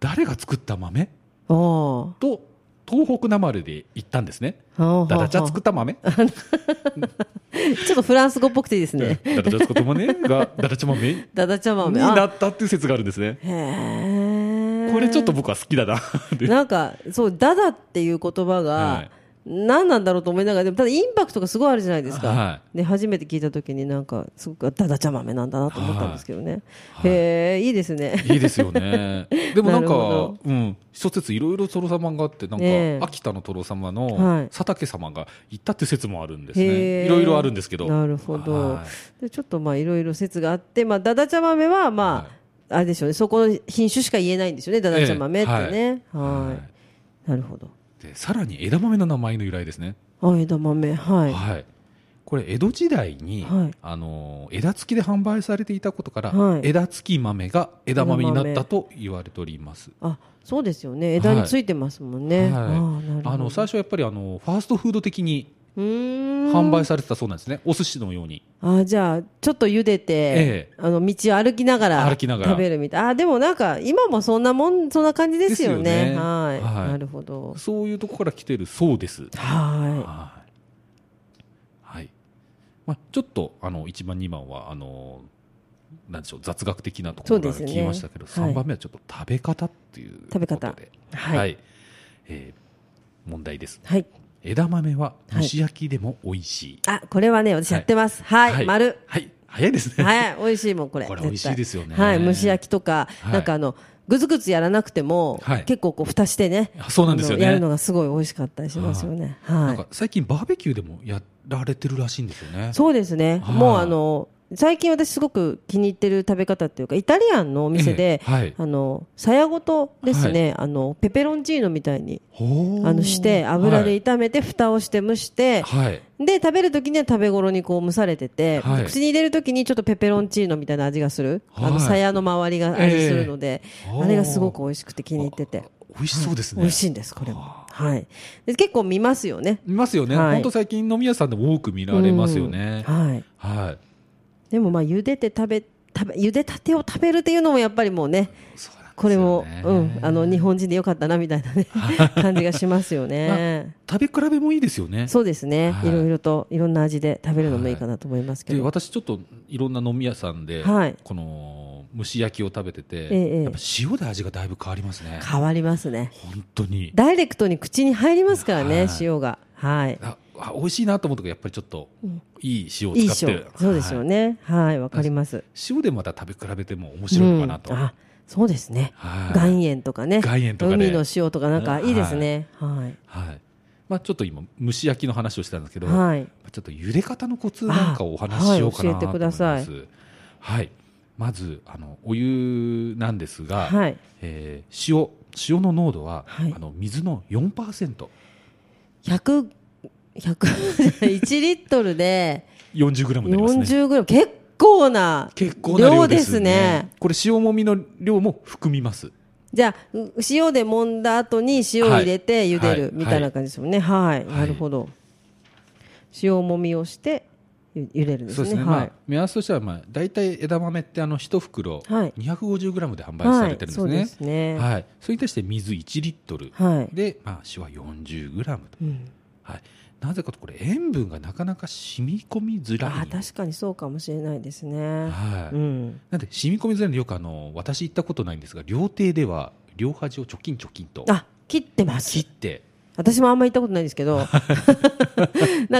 [SPEAKER 1] 誰が作った豆
[SPEAKER 2] ああ。
[SPEAKER 1] と東北なまりで言ったんですね。
[SPEAKER 2] ああ
[SPEAKER 1] だだちゃ作った
[SPEAKER 2] [laughs]
[SPEAKER 1] 豆
[SPEAKER 2] ちょっとフランス語っぽくていいですね。
[SPEAKER 1] だだちゃ作った
[SPEAKER 2] [laughs]
[SPEAKER 1] 豆がだだちゃ豆に
[SPEAKER 2] ダダ茶豆。あ
[SPEAKER 1] なったっていう説があるんですね。
[SPEAKER 2] へえ。
[SPEAKER 1] これちょっと僕は好きだなっていう。
[SPEAKER 2] なんか、そう、ダダっていう言葉
[SPEAKER 1] は
[SPEAKER 2] が
[SPEAKER 1] い、
[SPEAKER 2] 何なんだろうと思いながら、でもただインパクトがすごいあるじゃないです
[SPEAKER 1] は
[SPEAKER 2] か。で、初めて聞いた時になんか、すごくダダ茶豆なんだなと思ったんですけどね。へえ、いいですね。
[SPEAKER 1] いいですよ
[SPEAKER 2] [laughs]
[SPEAKER 1] ね。でもなん
[SPEAKER 2] なるほ
[SPEAKER 1] か、うん、諸説いろいろトロ様があって、なんか、
[SPEAKER 2] ええ
[SPEAKER 1] 秋田のトロ様
[SPEAKER 2] はい
[SPEAKER 1] の佐竹様が行ったって説もあるんです
[SPEAKER 2] へ
[SPEAKER 1] ね。
[SPEAKER 2] え
[SPEAKER 1] いろいろあるんですけど。
[SPEAKER 2] なるほど
[SPEAKER 1] はい。
[SPEAKER 2] でちょっとまあ、いろいろ説があって、まあ、ダダ茶豆は、まあ、あれでしょうね。そこの品種しか言えないんですよね。ダダ茶豆ってね。
[SPEAKER 1] えはい
[SPEAKER 2] は。
[SPEAKER 1] はい
[SPEAKER 2] なるほど。
[SPEAKER 1] で、さらに枝豆の名前の由来ですね。
[SPEAKER 2] あ、枝豆。はい。
[SPEAKER 1] はい。これ江戸時代に、
[SPEAKER 2] はい
[SPEAKER 1] あのー枝付きで販売されていたことから、
[SPEAKER 2] はい
[SPEAKER 1] 枝付き豆が枝豆になったと言われております。
[SPEAKER 2] あ、そうですよね。枝についてますもんね。あーなるほど
[SPEAKER 1] あの最初はやっぱりあのファーストフード的に
[SPEAKER 2] うーん
[SPEAKER 1] 販売されてたそうなんですね、お寿司のように。
[SPEAKER 2] あじゃあちょっと茹でて、
[SPEAKER 1] ええ
[SPEAKER 2] あの道を歩きながら
[SPEAKER 1] 歩きながら
[SPEAKER 2] 食べるみたいあでもなんか今もそんなもんそんな感じですよね
[SPEAKER 1] ですよね
[SPEAKER 2] はい、
[SPEAKER 1] はい
[SPEAKER 2] なるほど
[SPEAKER 1] そういうとこから来てるそうです。
[SPEAKER 2] は
[SPEAKER 1] はい。はい。まあ、ちょっと、あの、1番、2番は、あの、なんでしょう、雑学的なところから
[SPEAKER 2] そうですね
[SPEAKER 1] 聞きましたけど、
[SPEAKER 2] はい
[SPEAKER 1] 3番目はちょっと食べ方っていうことで。
[SPEAKER 2] 食べ方はい
[SPEAKER 1] えー問題です。
[SPEAKER 2] いはい
[SPEAKER 1] 枝豆は蒸し焼きでも美味しい。
[SPEAKER 2] あこれはね私やってますはい、
[SPEAKER 1] [laughs]
[SPEAKER 2] 丸
[SPEAKER 1] はい。早いですね。
[SPEAKER 2] はい美味しいもんこれ
[SPEAKER 1] これ
[SPEAKER 2] 絶対
[SPEAKER 1] 美味しいですよね
[SPEAKER 2] はい蒸し焼きとか、
[SPEAKER 1] はい
[SPEAKER 2] なんかあのぐずぐずやらなくても、
[SPEAKER 1] はい
[SPEAKER 2] 結構こう蓋してね
[SPEAKER 1] あそうなんですよね
[SPEAKER 2] あのやるのがすごい美味しかったりしますよねは
[SPEAKER 1] ないんか最近バーベキューでもやられてるらしいんですよね。
[SPEAKER 2] そうですね、
[SPEAKER 1] はい
[SPEAKER 2] もうあの最近私すごく気に入ってる食べ方っていうかイタリアンのお店で、
[SPEAKER 1] ええはい
[SPEAKER 2] あのさやごとですね、あのペペロンチーノみたいに
[SPEAKER 1] ほー
[SPEAKER 2] あのして油で
[SPEAKER 1] はい
[SPEAKER 2] 炒めて蓋をして蒸して、
[SPEAKER 1] はい。
[SPEAKER 2] で食べる時には食べ頃にこう蒸されてて、
[SPEAKER 1] はい
[SPEAKER 2] 口に入れる時にちょっとペペロンチーノみたいな味がする、あ
[SPEAKER 1] は
[SPEAKER 2] の
[SPEAKER 1] い
[SPEAKER 2] さやの周りが味するので、
[SPEAKER 1] ええ
[SPEAKER 2] あれがすごく美味しくて気に入ってて
[SPEAKER 1] 美味しそうですね。
[SPEAKER 2] 美味しいんですこれも、はい、で結構見ますよね
[SPEAKER 1] 見ますよね、
[SPEAKER 2] はい
[SPEAKER 1] 本当最近飲み屋さんでも多く見られますよね、
[SPEAKER 2] うんはい
[SPEAKER 1] はい
[SPEAKER 2] でもまあ茹でて食べ食べ茹でたてを食べるっていうのもやっぱりもうね
[SPEAKER 1] そうなんですよね
[SPEAKER 2] これも、うん、あの日本人でよかったなみたいな、
[SPEAKER 1] [laughs]
[SPEAKER 2] ね、感じがしますよね。
[SPEAKER 1] 食べ比べもいいですよね
[SPEAKER 2] そうですね、
[SPEAKER 1] はい
[SPEAKER 2] い、ろいろといろんな味で食べるのもいいかなと思いますけ
[SPEAKER 1] で
[SPEAKER 2] ど、
[SPEAKER 1] 私ちょっといろんな飲み屋さんで、
[SPEAKER 2] はい
[SPEAKER 1] この蒸し焼きを食べてて、
[SPEAKER 2] ええ
[SPEAKER 1] やっぱ塩で味がだいぶ変わりますね
[SPEAKER 2] 変わりますね
[SPEAKER 1] 本当に
[SPEAKER 2] ダイレクトに口に入りますからね、
[SPEAKER 1] はい
[SPEAKER 2] 塩がはい
[SPEAKER 1] ああ美味しいなと思うとやっぱりちょっといい塩を
[SPEAKER 2] いい
[SPEAKER 1] 使って
[SPEAKER 2] 塩そうですよ
[SPEAKER 1] はい
[SPEAKER 2] ねはいわ、かります
[SPEAKER 1] 塩でまた食べ比べても面白いのかなと、
[SPEAKER 2] うんあそうですね、
[SPEAKER 1] はい
[SPEAKER 2] 岩塩とかね
[SPEAKER 1] 岩塩とかね
[SPEAKER 2] 海の塩とかなんかいいですねはい
[SPEAKER 1] はいまあ、ちょっと今蒸し焼きの話をしたんですけど、
[SPEAKER 2] はい
[SPEAKER 1] ちょっと茹で方のコツなんかをお話ししようかな
[SPEAKER 2] あはい
[SPEAKER 1] と
[SPEAKER 2] 教えてく
[SPEAKER 1] 思いま
[SPEAKER 2] だ
[SPEAKER 1] す。
[SPEAKER 2] さい
[SPEAKER 1] はい、まずあのお湯なんですが、
[SPEAKER 2] はい
[SPEAKER 1] えー塩塩の濃度は、
[SPEAKER 2] はい
[SPEAKER 1] あの水の4%、
[SPEAKER 2] 100 [laughs] 100リットルで
[SPEAKER 1] 40グラムになりますね。
[SPEAKER 2] 40グラム、結構な
[SPEAKER 1] 結構な量
[SPEAKER 2] 量
[SPEAKER 1] で
[SPEAKER 2] です
[SPEAKER 1] す
[SPEAKER 2] ね
[SPEAKER 1] ね。。これ塩もみの量も含みます。
[SPEAKER 2] じゃあ、う塩で揉んだ後に塩を入れて
[SPEAKER 1] はい
[SPEAKER 2] 茹で
[SPEAKER 1] は
[SPEAKER 2] る
[SPEAKER 1] い
[SPEAKER 2] みたいな感じですもんね。はい。
[SPEAKER 1] はい
[SPEAKER 2] なるほど。塩もみをしてゆ茹でるんです
[SPEAKER 1] そう
[SPEAKER 2] ね。
[SPEAKER 1] ですね。ま
[SPEAKER 2] は
[SPEAKER 1] あ
[SPEAKER 2] い。
[SPEAKER 1] 目安としてはまあだいたい枝豆ってあの一袋
[SPEAKER 2] はい
[SPEAKER 1] 250グラムで販売
[SPEAKER 2] はい
[SPEAKER 1] されてるんで
[SPEAKER 2] そ
[SPEAKER 1] すね。
[SPEAKER 2] うですね
[SPEAKER 1] はい。それに対して水1リットル、
[SPEAKER 2] はい。
[SPEAKER 1] でまあ塩は40グラムと。
[SPEAKER 2] うん。
[SPEAKER 1] はい、なぜかとこれ塩分がなかなか染み込みづらい
[SPEAKER 2] あ、確かにそうかもしれないですね。
[SPEAKER 1] はい
[SPEAKER 2] うん。
[SPEAKER 1] なんで染み込みづらいのでよくあの私行ったことないんですが料亭では両端を貯金貯金と
[SPEAKER 2] あ、切ってま
[SPEAKER 1] 切っ
[SPEAKER 2] す。
[SPEAKER 1] て
[SPEAKER 2] 私もあんま行ったことないんです
[SPEAKER 1] [laughs]
[SPEAKER 2] けどなん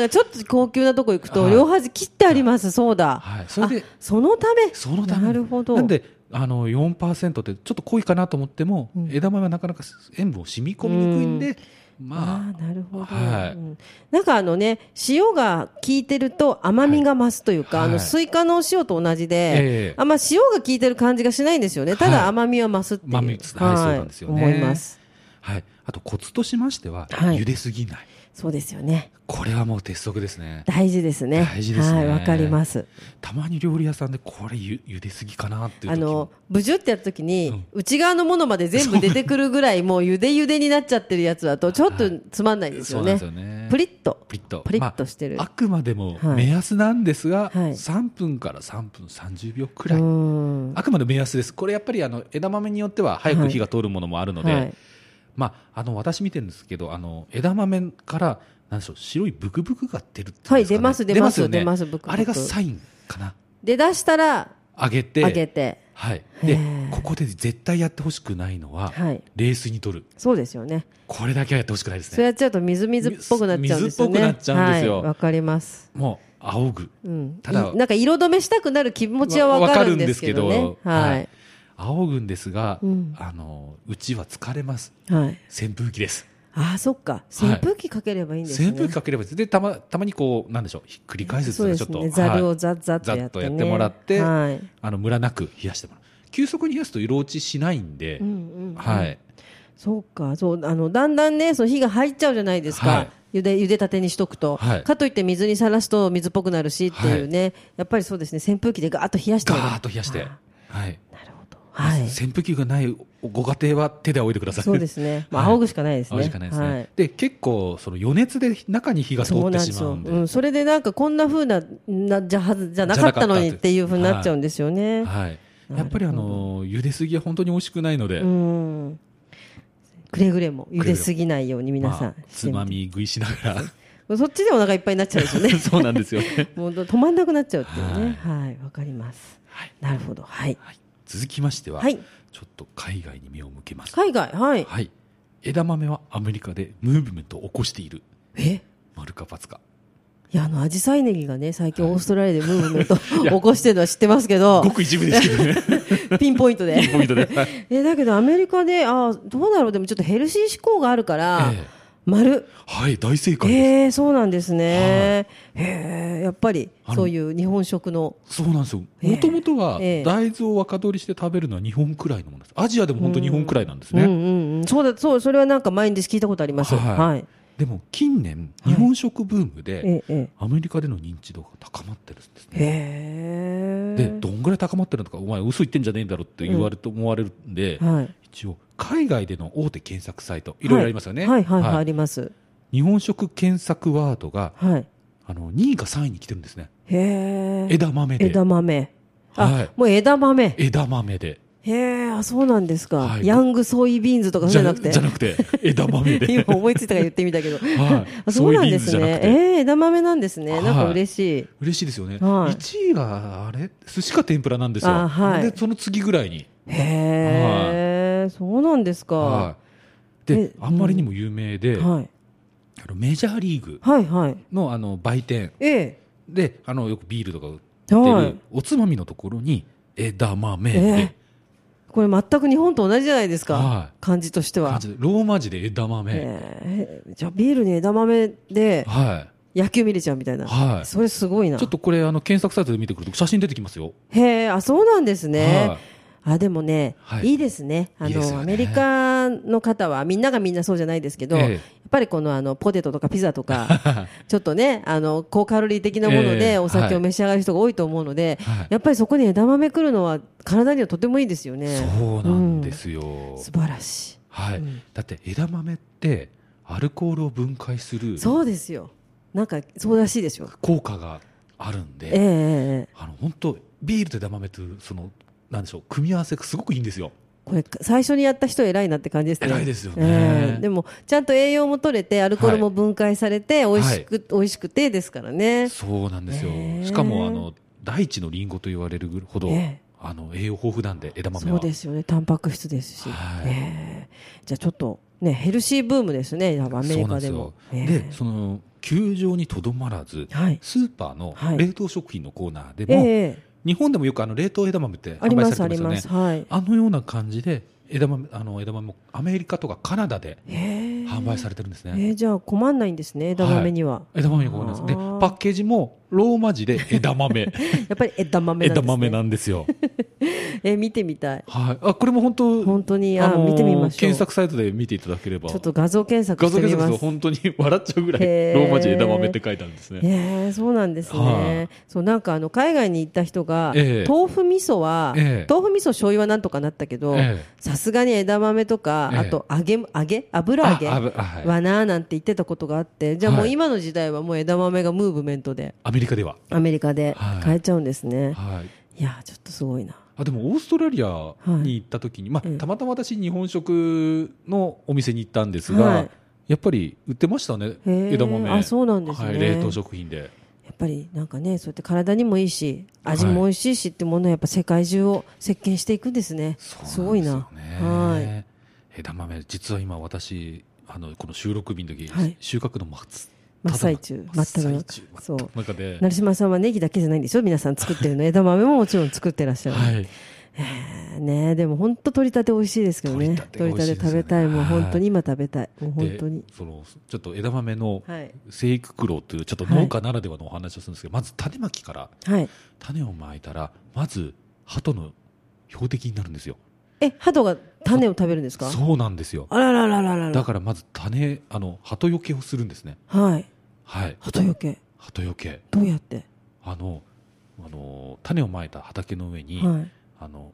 [SPEAKER 2] かちょっと高級なとこ行くと
[SPEAKER 1] はい
[SPEAKER 2] 両端切ってあります、そうだ、
[SPEAKER 1] はいそれで
[SPEAKER 2] あそのため
[SPEAKER 1] そのため
[SPEAKER 2] なるほど
[SPEAKER 1] なんであの4%ってちょっと濃いかなと思っても、
[SPEAKER 2] うん
[SPEAKER 1] 枝豆はなかなか塩分を染み込みにくいんで、ま
[SPEAKER 2] あーなるほど、
[SPEAKER 1] はい
[SPEAKER 2] うんなんかあのね塩が効いてると甘みが増すというか、
[SPEAKER 1] はい
[SPEAKER 2] あの
[SPEAKER 1] はい
[SPEAKER 2] スイカのお塩と同じで、
[SPEAKER 1] ええ
[SPEAKER 2] あんま塩が効いてる感じがしないんですよねた
[SPEAKER 1] は
[SPEAKER 2] だ
[SPEAKER 1] い
[SPEAKER 2] 甘みは増すっていう、
[SPEAKER 1] 甘みですはいそうなんですよね
[SPEAKER 2] 思います
[SPEAKER 1] あ、はい、あとコツとしましては、
[SPEAKER 2] はい
[SPEAKER 1] 茹ですぎない
[SPEAKER 2] そうですよね
[SPEAKER 1] これはもう鉄則ですね
[SPEAKER 2] 大事ですね
[SPEAKER 1] 大事ですね
[SPEAKER 2] はいわかります
[SPEAKER 1] たまに料理屋さんでこれゆ茹ですぎかなっていう
[SPEAKER 2] あ
[SPEAKER 1] 時
[SPEAKER 2] の
[SPEAKER 1] も
[SPEAKER 2] ブジュってやった時に、
[SPEAKER 1] うん
[SPEAKER 2] 内側のものまで全部出てくるぐらいもうゆでゆでになっちゃってるやつだとちょっとつまんないです
[SPEAKER 1] そ
[SPEAKER 2] よ
[SPEAKER 1] う
[SPEAKER 2] ね、
[SPEAKER 1] なんですよね
[SPEAKER 2] プリッと
[SPEAKER 1] プリッと
[SPEAKER 2] プリッとしてる、
[SPEAKER 1] まあ、あくまでも
[SPEAKER 2] はい
[SPEAKER 1] 目安なんですが、
[SPEAKER 2] はい
[SPEAKER 1] 3分から3分30秒くらい、
[SPEAKER 2] うん
[SPEAKER 1] あくまで目安ですこれやっぱりあの枝豆によっては早く火が通るものもあるので、
[SPEAKER 2] はい
[SPEAKER 1] まあ、あの私見てるんですけどあの枝豆からなんでしょう白いブクブクが出るってうん
[SPEAKER 2] は
[SPEAKER 1] で
[SPEAKER 2] い、
[SPEAKER 1] すか
[SPEAKER 2] 出
[SPEAKER 1] ね
[SPEAKER 2] ます出ます
[SPEAKER 1] よね
[SPEAKER 2] 出ますブクブク
[SPEAKER 1] あれがサインかな
[SPEAKER 2] で出したら
[SPEAKER 1] 揚げて
[SPEAKER 2] 上げて
[SPEAKER 1] はい、
[SPEAKER 2] へ
[SPEAKER 1] で
[SPEAKER 2] ー
[SPEAKER 1] ここで絶対やってほしくないのは、
[SPEAKER 2] はい
[SPEAKER 1] 冷水に取る
[SPEAKER 2] そうですよね
[SPEAKER 1] これだけはやってほしくないです
[SPEAKER 2] そう
[SPEAKER 1] ね
[SPEAKER 2] やっちゃうとみずみずっぽくなっちゃうんですよね
[SPEAKER 1] 水っぽくなっちゃうんですよ
[SPEAKER 2] はいわかります
[SPEAKER 1] もう仰ぐ
[SPEAKER 2] うん
[SPEAKER 1] ただ
[SPEAKER 2] いなんか色止めしたくなる気持ちはわかるんですけど
[SPEAKER 1] わ
[SPEAKER 2] ね
[SPEAKER 1] かるん
[SPEAKER 2] は
[SPEAKER 1] で
[SPEAKER 2] い
[SPEAKER 1] すけど仰ぐんですが、
[SPEAKER 2] うん
[SPEAKER 1] あのうちは疲れます
[SPEAKER 2] はい
[SPEAKER 1] 扇風機です
[SPEAKER 2] ああそっか
[SPEAKER 1] はい
[SPEAKER 2] 扇風機かければいいんですね
[SPEAKER 1] 扇風機かければいいですでたまたまにこうなんでしょうひっくり返すって
[SPEAKER 2] そ
[SPEAKER 1] いううの
[SPEAKER 2] で
[SPEAKER 1] はちょ
[SPEAKER 2] す
[SPEAKER 1] っと、
[SPEAKER 2] ねざる
[SPEAKER 1] は
[SPEAKER 2] を
[SPEAKER 1] い
[SPEAKER 2] ざっざっとや
[SPEAKER 1] ざ
[SPEAKER 2] っ
[SPEAKER 1] っ
[SPEAKER 2] と
[SPEAKER 1] とやってもらって
[SPEAKER 2] はい
[SPEAKER 1] あのムラなく冷やしてもらう急速に冷やすと色落ちしないんで、
[SPEAKER 2] うんうんうん
[SPEAKER 1] はい
[SPEAKER 2] そうかそうあのだんだんねその火が入っちゃうじゃないですか、
[SPEAKER 1] はい
[SPEAKER 2] ゆでゆでたてにしとくと、
[SPEAKER 1] はい
[SPEAKER 2] かといって水にさらすと水っぽくなるしっていうね、やっぱりそうですね扇風機でガーッと冷やして
[SPEAKER 1] ガ
[SPEAKER 2] あげる
[SPEAKER 1] ーッと冷やして
[SPEAKER 2] あ、
[SPEAKER 1] はい、
[SPEAKER 2] ーなるほどはい
[SPEAKER 1] 扇風機がないご家庭は手で仰いでください
[SPEAKER 2] そうですね、まあ、
[SPEAKER 1] はい
[SPEAKER 2] 仰ぐしかないですね
[SPEAKER 1] 仰ぐしかないですね、
[SPEAKER 2] はい
[SPEAKER 1] で結構その余熱で中に火が通
[SPEAKER 2] そう
[SPEAKER 1] って
[SPEAKER 2] なんで
[SPEAKER 1] し
[SPEAKER 2] す
[SPEAKER 1] ま
[SPEAKER 2] よ、
[SPEAKER 1] うんで
[SPEAKER 2] うん、それでなんかこんな風ななじゃはずじゃなかったのにっていう風になっちゃうんですよね、
[SPEAKER 1] はい、
[SPEAKER 2] ど
[SPEAKER 1] やっぱりあの茹ですぎは本当に美味しくないので、
[SPEAKER 2] うんくれぐれも茹ですぎないように皆さ
[SPEAKER 1] ま
[SPEAKER 2] ん
[SPEAKER 1] あ、つまみ食いしなが
[SPEAKER 2] そっちでお腹いっぱいになっちゃうんですよね
[SPEAKER 1] ら [laughs] そうなんですよね、
[SPEAKER 2] [laughs] もう止まんなくなっちゃうっていうね。はい、わ、かります。
[SPEAKER 1] はい
[SPEAKER 2] なるほど。はい。
[SPEAKER 1] はい続きましては、
[SPEAKER 2] はい
[SPEAKER 1] ちょっと海外に目を向けます、
[SPEAKER 2] 海外、はい。
[SPEAKER 1] はい、枝豆はアメリカでムーブメントを起こしている
[SPEAKER 2] え
[SPEAKER 1] マルカパツカ
[SPEAKER 2] いや、あの、アジサイネギがね、最近
[SPEAKER 1] はい
[SPEAKER 2] オーストラリアでムーブ
[SPEAKER 1] [laughs]
[SPEAKER 2] メント
[SPEAKER 1] い
[SPEAKER 2] [laughs]
[SPEAKER 1] や
[SPEAKER 2] 起こしてるのは知ってますけ
[SPEAKER 1] ご
[SPEAKER 2] ど、
[SPEAKER 1] く一部ですけ
[SPEAKER 2] [laughs]
[SPEAKER 1] どね [laughs]
[SPEAKER 2] ピンポイントで。
[SPEAKER 1] ポイントで、はい
[SPEAKER 2] え、だけどアメリカで、あーどうだろう、でもちょっとヘルシー志向が [laughs] あるから、
[SPEAKER 1] ええ
[SPEAKER 2] 丸。
[SPEAKER 1] はい大正解です、
[SPEAKER 2] えー、そうなんですね。へえ、やっぱり、
[SPEAKER 1] あの
[SPEAKER 2] そういう日本食の。
[SPEAKER 1] そうなんですよ
[SPEAKER 2] ええ
[SPEAKER 1] もともとは
[SPEAKER 2] ええ
[SPEAKER 1] 大豆を若取りして食べるのは日本くらいのものですアジアでも本当に日本くらいなんです
[SPEAKER 2] うん
[SPEAKER 1] ね、
[SPEAKER 2] うんうん。そうだ、そう、それはなんか毎日聞いたことあります。
[SPEAKER 1] はい
[SPEAKER 2] はい。
[SPEAKER 1] でも近年
[SPEAKER 2] はい
[SPEAKER 1] 日本食ブーム
[SPEAKER 2] え
[SPEAKER 1] で
[SPEAKER 2] ええ
[SPEAKER 1] アメリカでの認知度が高まってるんです
[SPEAKER 2] え
[SPEAKER 1] ね
[SPEAKER 2] へえ。
[SPEAKER 1] でどんぐらい高まってるのかお前嘘言ってんじゃねえんだろって言われると思われるんで、
[SPEAKER 2] はい。
[SPEAKER 1] 一応海外での大手検索サイトいろいろありますよね、
[SPEAKER 2] はいはいはい、
[SPEAKER 1] は
[SPEAKER 2] あ
[SPEAKER 1] い
[SPEAKER 2] ります。
[SPEAKER 1] 日本食検索ワードが
[SPEAKER 2] はい。
[SPEAKER 1] あの2位か3位に来てるんですね
[SPEAKER 2] へえ。
[SPEAKER 1] 枝豆で
[SPEAKER 2] 枝豆。あ、
[SPEAKER 1] はい
[SPEAKER 2] もう枝豆。
[SPEAKER 1] 枝豆で
[SPEAKER 2] へえ、あ、そうなんですか、
[SPEAKER 1] はい
[SPEAKER 2] ヤングソイビーンズとかそうじゃなくて。
[SPEAKER 1] じゃなくて枝豆で
[SPEAKER 2] 今 [laughs] 思いついたから言ってみたけど。
[SPEAKER 1] は
[SPEAKER 2] あ、
[SPEAKER 1] [laughs] い、
[SPEAKER 2] そ
[SPEAKER 1] そうう
[SPEAKER 2] な
[SPEAKER 1] なんんで
[SPEAKER 2] ですす
[SPEAKER 1] じゃな
[SPEAKER 2] ね
[SPEAKER 1] く。て、
[SPEAKER 2] ええ枝豆なんですね。なんか嬉しい。
[SPEAKER 1] 嬉しいですよね、
[SPEAKER 2] はい
[SPEAKER 1] 一1位があれ寿司か天ぷらなんですよ、
[SPEAKER 2] あはい
[SPEAKER 1] でその次ぐらいに、
[SPEAKER 2] へえ、そうなんですか。は
[SPEAKER 1] はい、で
[SPEAKER 2] え
[SPEAKER 1] あんまりにも有名で、
[SPEAKER 2] い。はい、
[SPEAKER 1] あのメジャーリーグ
[SPEAKER 2] はい、
[SPEAKER 1] のあの売店
[SPEAKER 2] ええ
[SPEAKER 1] であのよくビールとか売ってる、
[SPEAKER 2] はい。
[SPEAKER 1] おつまみのところに枝豆で、
[SPEAKER 2] えこれ全く日本と同じじゃないですか。
[SPEAKER 1] はい
[SPEAKER 2] 感じとしては
[SPEAKER 1] 感。じでローマ字で枝豆、
[SPEAKER 2] ええじゃあビールに枝豆で
[SPEAKER 1] は
[SPEAKER 2] 野球見れちゃうみたいな。
[SPEAKER 1] い、はい、
[SPEAKER 2] それすごいな。
[SPEAKER 1] ちょっとこれあの検索サイトで見てくると写真出てきますよ、
[SPEAKER 2] へえ、あ、そうなんですね。あ、でもね、
[SPEAKER 1] はい
[SPEAKER 2] い、いですね。あの
[SPEAKER 1] いいですよね
[SPEAKER 2] アメリカの方はみんながみんなそうじゃないですけど、
[SPEAKER 1] ええ
[SPEAKER 2] やっぱりこのあのポテトとかピザとか、
[SPEAKER 1] [laughs] はい
[SPEAKER 2] ちょっとね、あの高カロリー的なもの
[SPEAKER 1] え
[SPEAKER 2] で
[SPEAKER 1] え
[SPEAKER 2] お酒を
[SPEAKER 1] はい
[SPEAKER 2] 召し上がる人が多いと思うので、
[SPEAKER 1] はい
[SPEAKER 2] やっぱりそこに枝豆来るのは体にはとてもいいですよね。
[SPEAKER 1] そうなんですよ、
[SPEAKER 2] うん素晴らし
[SPEAKER 1] はい、
[SPEAKER 2] うん
[SPEAKER 1] だって枝豆ってアルコールを分解する
[SPEAKER 2] い。そうですよ。なんかそうらしいでしょ。
[SPEAKER 1] 効果があるん
[SPEAKER 2] ええ
[SPEAKER 1] で、
[SPEAKER 2] ええ
[SPEAKER 1] あの本当ビールと枝豆とそのなんでしょう組み合わせがすごくいいんですよ。
[SPEAKER 2] これ最初にやった人偉いなって感じですね。
[SPEAKER 1] 偉いですよね
[SPEAKER 2] ええでもちゃんと栄養も取れてアルコールも分解されて、
[SPEAKER 1] はい
[SPEAKER 2] 美味しく、美味しくてですからね。
[SPEAKER 1] そうなんですよ
[SPEAKER 2] へ。ー
[SPEAKER 1] しかもあの大地のリンゴと言われるほど、
[SPEAKER 2] ええ
[SPEAKER 1] あの栄養豊富なんで枝豆は
[SPEAKER 2] そうですよねタンパク質ですし、
[SPEAKER 1] はい
[SPEAKER 2] ねえじゃあちょっと、ね、ヘルシーブームですね多分アメリカでも
[SPEAKER 1] そうなんですよ、
[SPEAKER 2] ね
[SPEAKER 1] でその球場にとどまらず、
[SPEAKER 2] はい
[SPEAKER 1] スーパーの
[SPEAKER 2] はい
[SPEAKER 1] 冷凍食品のコーナーで
[SPEAKER 2] え
[SPEAKER 1] も、
[SPEAKER 2] え
[SPEAKER 1] 日本でもよくあの冷凍枝豆って
[SPEAKER 2] あり
[SPEAKER 1] 販売
[SPEAKER 2] ま
[SPEAKER 1] され
[SPEAKER 2] すあ
[SPEAKER 1] てま
[SPEAKER 2] り
[SPEAKER 1] すよ
[SPEAKER 2] ます
[SPEAKER 1] ね
[SPEAKER 2] はい
[SPEAKER 1] あのような感じで枝豆あの枝豆もアメリカとかカナダで販
[SPEAKER 2] 販
[SPEAKER 1] 売されてるんですね、
[SPEAKER 2] えーじゃあ困んないんですね枝豆に
[SPEAKER 1] [laughs]
[SPEAKER 2] は、
[SPEAKER 1] 枝豆がごめんなさいで
[SPEAKER 2] あ
[SPEAKER 1] パ
[SPEAKER 2] ー
[SPEAKER 1] ッケージもローマ字で枝豆
[SPEAKER 2] やっぱり枝豆なんで
[SPEAKER 1] 枝
[SPEAKER 2] す、ね、
[SPEAKER 1] 豆なんですよ、
[SPEAKER 2] えー見てみたい
[SPEAKER 1] はい、あこれも本当
[SPEAKER 2] 本当にあー
[SPEAKER 1] のー
[SPEAKER 2] 見てみましょう
[SPEAKER 1] 検索サイトで見ていただければ
[SPEAKER 2] ちょっと画像検索
[SPEAKER 1] 画
[SPEAKER 2] し
[SPEAKER 1] 像
[SPEAKER 2] て
[SPEAKER 1] 検
[SPEAKER 2] み
[SPEAKER 1] 索す
[SPEAKER 2] ま
[SPEAKER 1] ると
[SPEAKER 2] す
[SPEAKER 1] 本当に笑っちゃうぐらい
[SPEAKER 2] へー
[SPEAKER 1] ローマ字で枝豆って書いてあるんですね
[SPEAKER 2] えーそうなんですね、
[SPEAKER 1] はい
[SPEAKER 2] そうなんかあの海外に行った人が、
[SPEAKER 1] ええ
[SPEAKER 2] 豆腐味噌は、
[SPEAKER 1] ええ
[SPEAKER 2] 豆腐味噌醤油はなんとかなったけど
[SPEAKER 1] ええ
[SPEAKER 2] さすがに枝豆とか、
[SPEAKER 1] ええ
[SPEAKER 2] あと揚げ揚げ油揚げ
[SPEAKER 1] ああぶあはい
[SPEAKER 2] はなあなんて言ってたことがあってじゃあも
[SPEAKER 1] は
[SPEAKER 2] う
[SPEAKER 1] い
[SPEAKER 2] 今の時代はもう枝豆がムーブメントで
[SPEAKER 1] アメリカでは、
[SPEAKER 2] アメリカで
[SPEAKER 1] はい
[SPEAKER 2] 買えちゃうんですね、
[SPEAKER 1] はい、
[SPEAKER 2] い、やーちょっとすごいな
[SPEAKER 1] あでもオーストラリアに行った時に、
[SPEAKER 2] ええ
[SPEAKER 1] まあ、たまたま私日本食のお店に行ったんですが、
[SPEAKER 2] はい
[SPEAKER 1] やっぱり売ってましたね
[SPEAKER 2] へー
[SPEAKER 1] 枝豆
[SPEAKER 2] あそうなんですね
[SPEAKER 1] はい、冷凍食品で
[SPEAKER 2] やっぱりなんかねそうやって体にもいいし味も美味しいしってものはやっぱ世界中を席巻していくんですね、すごいな
[SPEAKER 1] そうなんですよ
[SPEAKER 2] はい
[SPEAKER 1] ね枝豆実は今私あのこの収録日の時、
[SPEAKER 2] はい
[SPEAKER 1] 収穫の真っつ
[SPEAKER 2] 真っ最中
[SPEAKER 1] た
[SPEAKER 2] 真っ
[SPEAKER 1] だ真っ
[SPEAKER 2] 只
[SPEAKER 1] 最中
[SPEAKER 2] 中そう
[SPEAKER 1] 真っ只中で、
[SPEAKER 2] 成島さんはネギだけじゃないんですよ皆さん作って
[SPEAKER 1] [laughs]
[SPEAKER 2] るの枝豆ももちろん作ってらっしゃる、
[SPEAKER 1] はい、
[SPEAKER 2] ねでも本当取りたて美味しいですけどね
[SPEAKER 1] 取り
[SPEAKER 2] 取
[SPEAKER 1] たて美味しい
[SPEAKER 2] り
[SPEAKER 1] です
[SPEAKER 2] たて
[SPEAKER 1] よね
[SPEAKER 2] 食べたいもう
[SPEAKER 1] はい
[SPEAKER 2] 本当に今食べたいもう
[SPEAKER 1] で
[SPEAKER 2] 本当に
[SPEAKER 1] そのちょっと枝豆の
[SPEAKER 2] はい
[SPEAKER 1] 生育苦労というちょっと農家ならではのお話をするんですけど、まず種まきから
[SPEAKER 2] はい
[SPEAKER 1] 種をまいたらまず鳩の標的になるんですよ
[SPEAKER 2] え鳩が種を食べるんですか
[SPEAKER 1] そうなんですよ
[SPEAKER 2] あららららら
[SPEAKER 1] だ
[SPEAKER 2] ら
[SPEAKER 1] からまず種あの鳩よけをするんですね
[SPEAKER 2] はい
[SPEAKER 1] はい
[SPEAKER 2] 鳩よけ
[SPEAKER 1] 鳩よけ
[SPEAKER 2] どうやって
[SPEAKER 1] あのあの種をまいた畑の上に、
[SPEAKER 2] はい
[SPEAKER 1] あの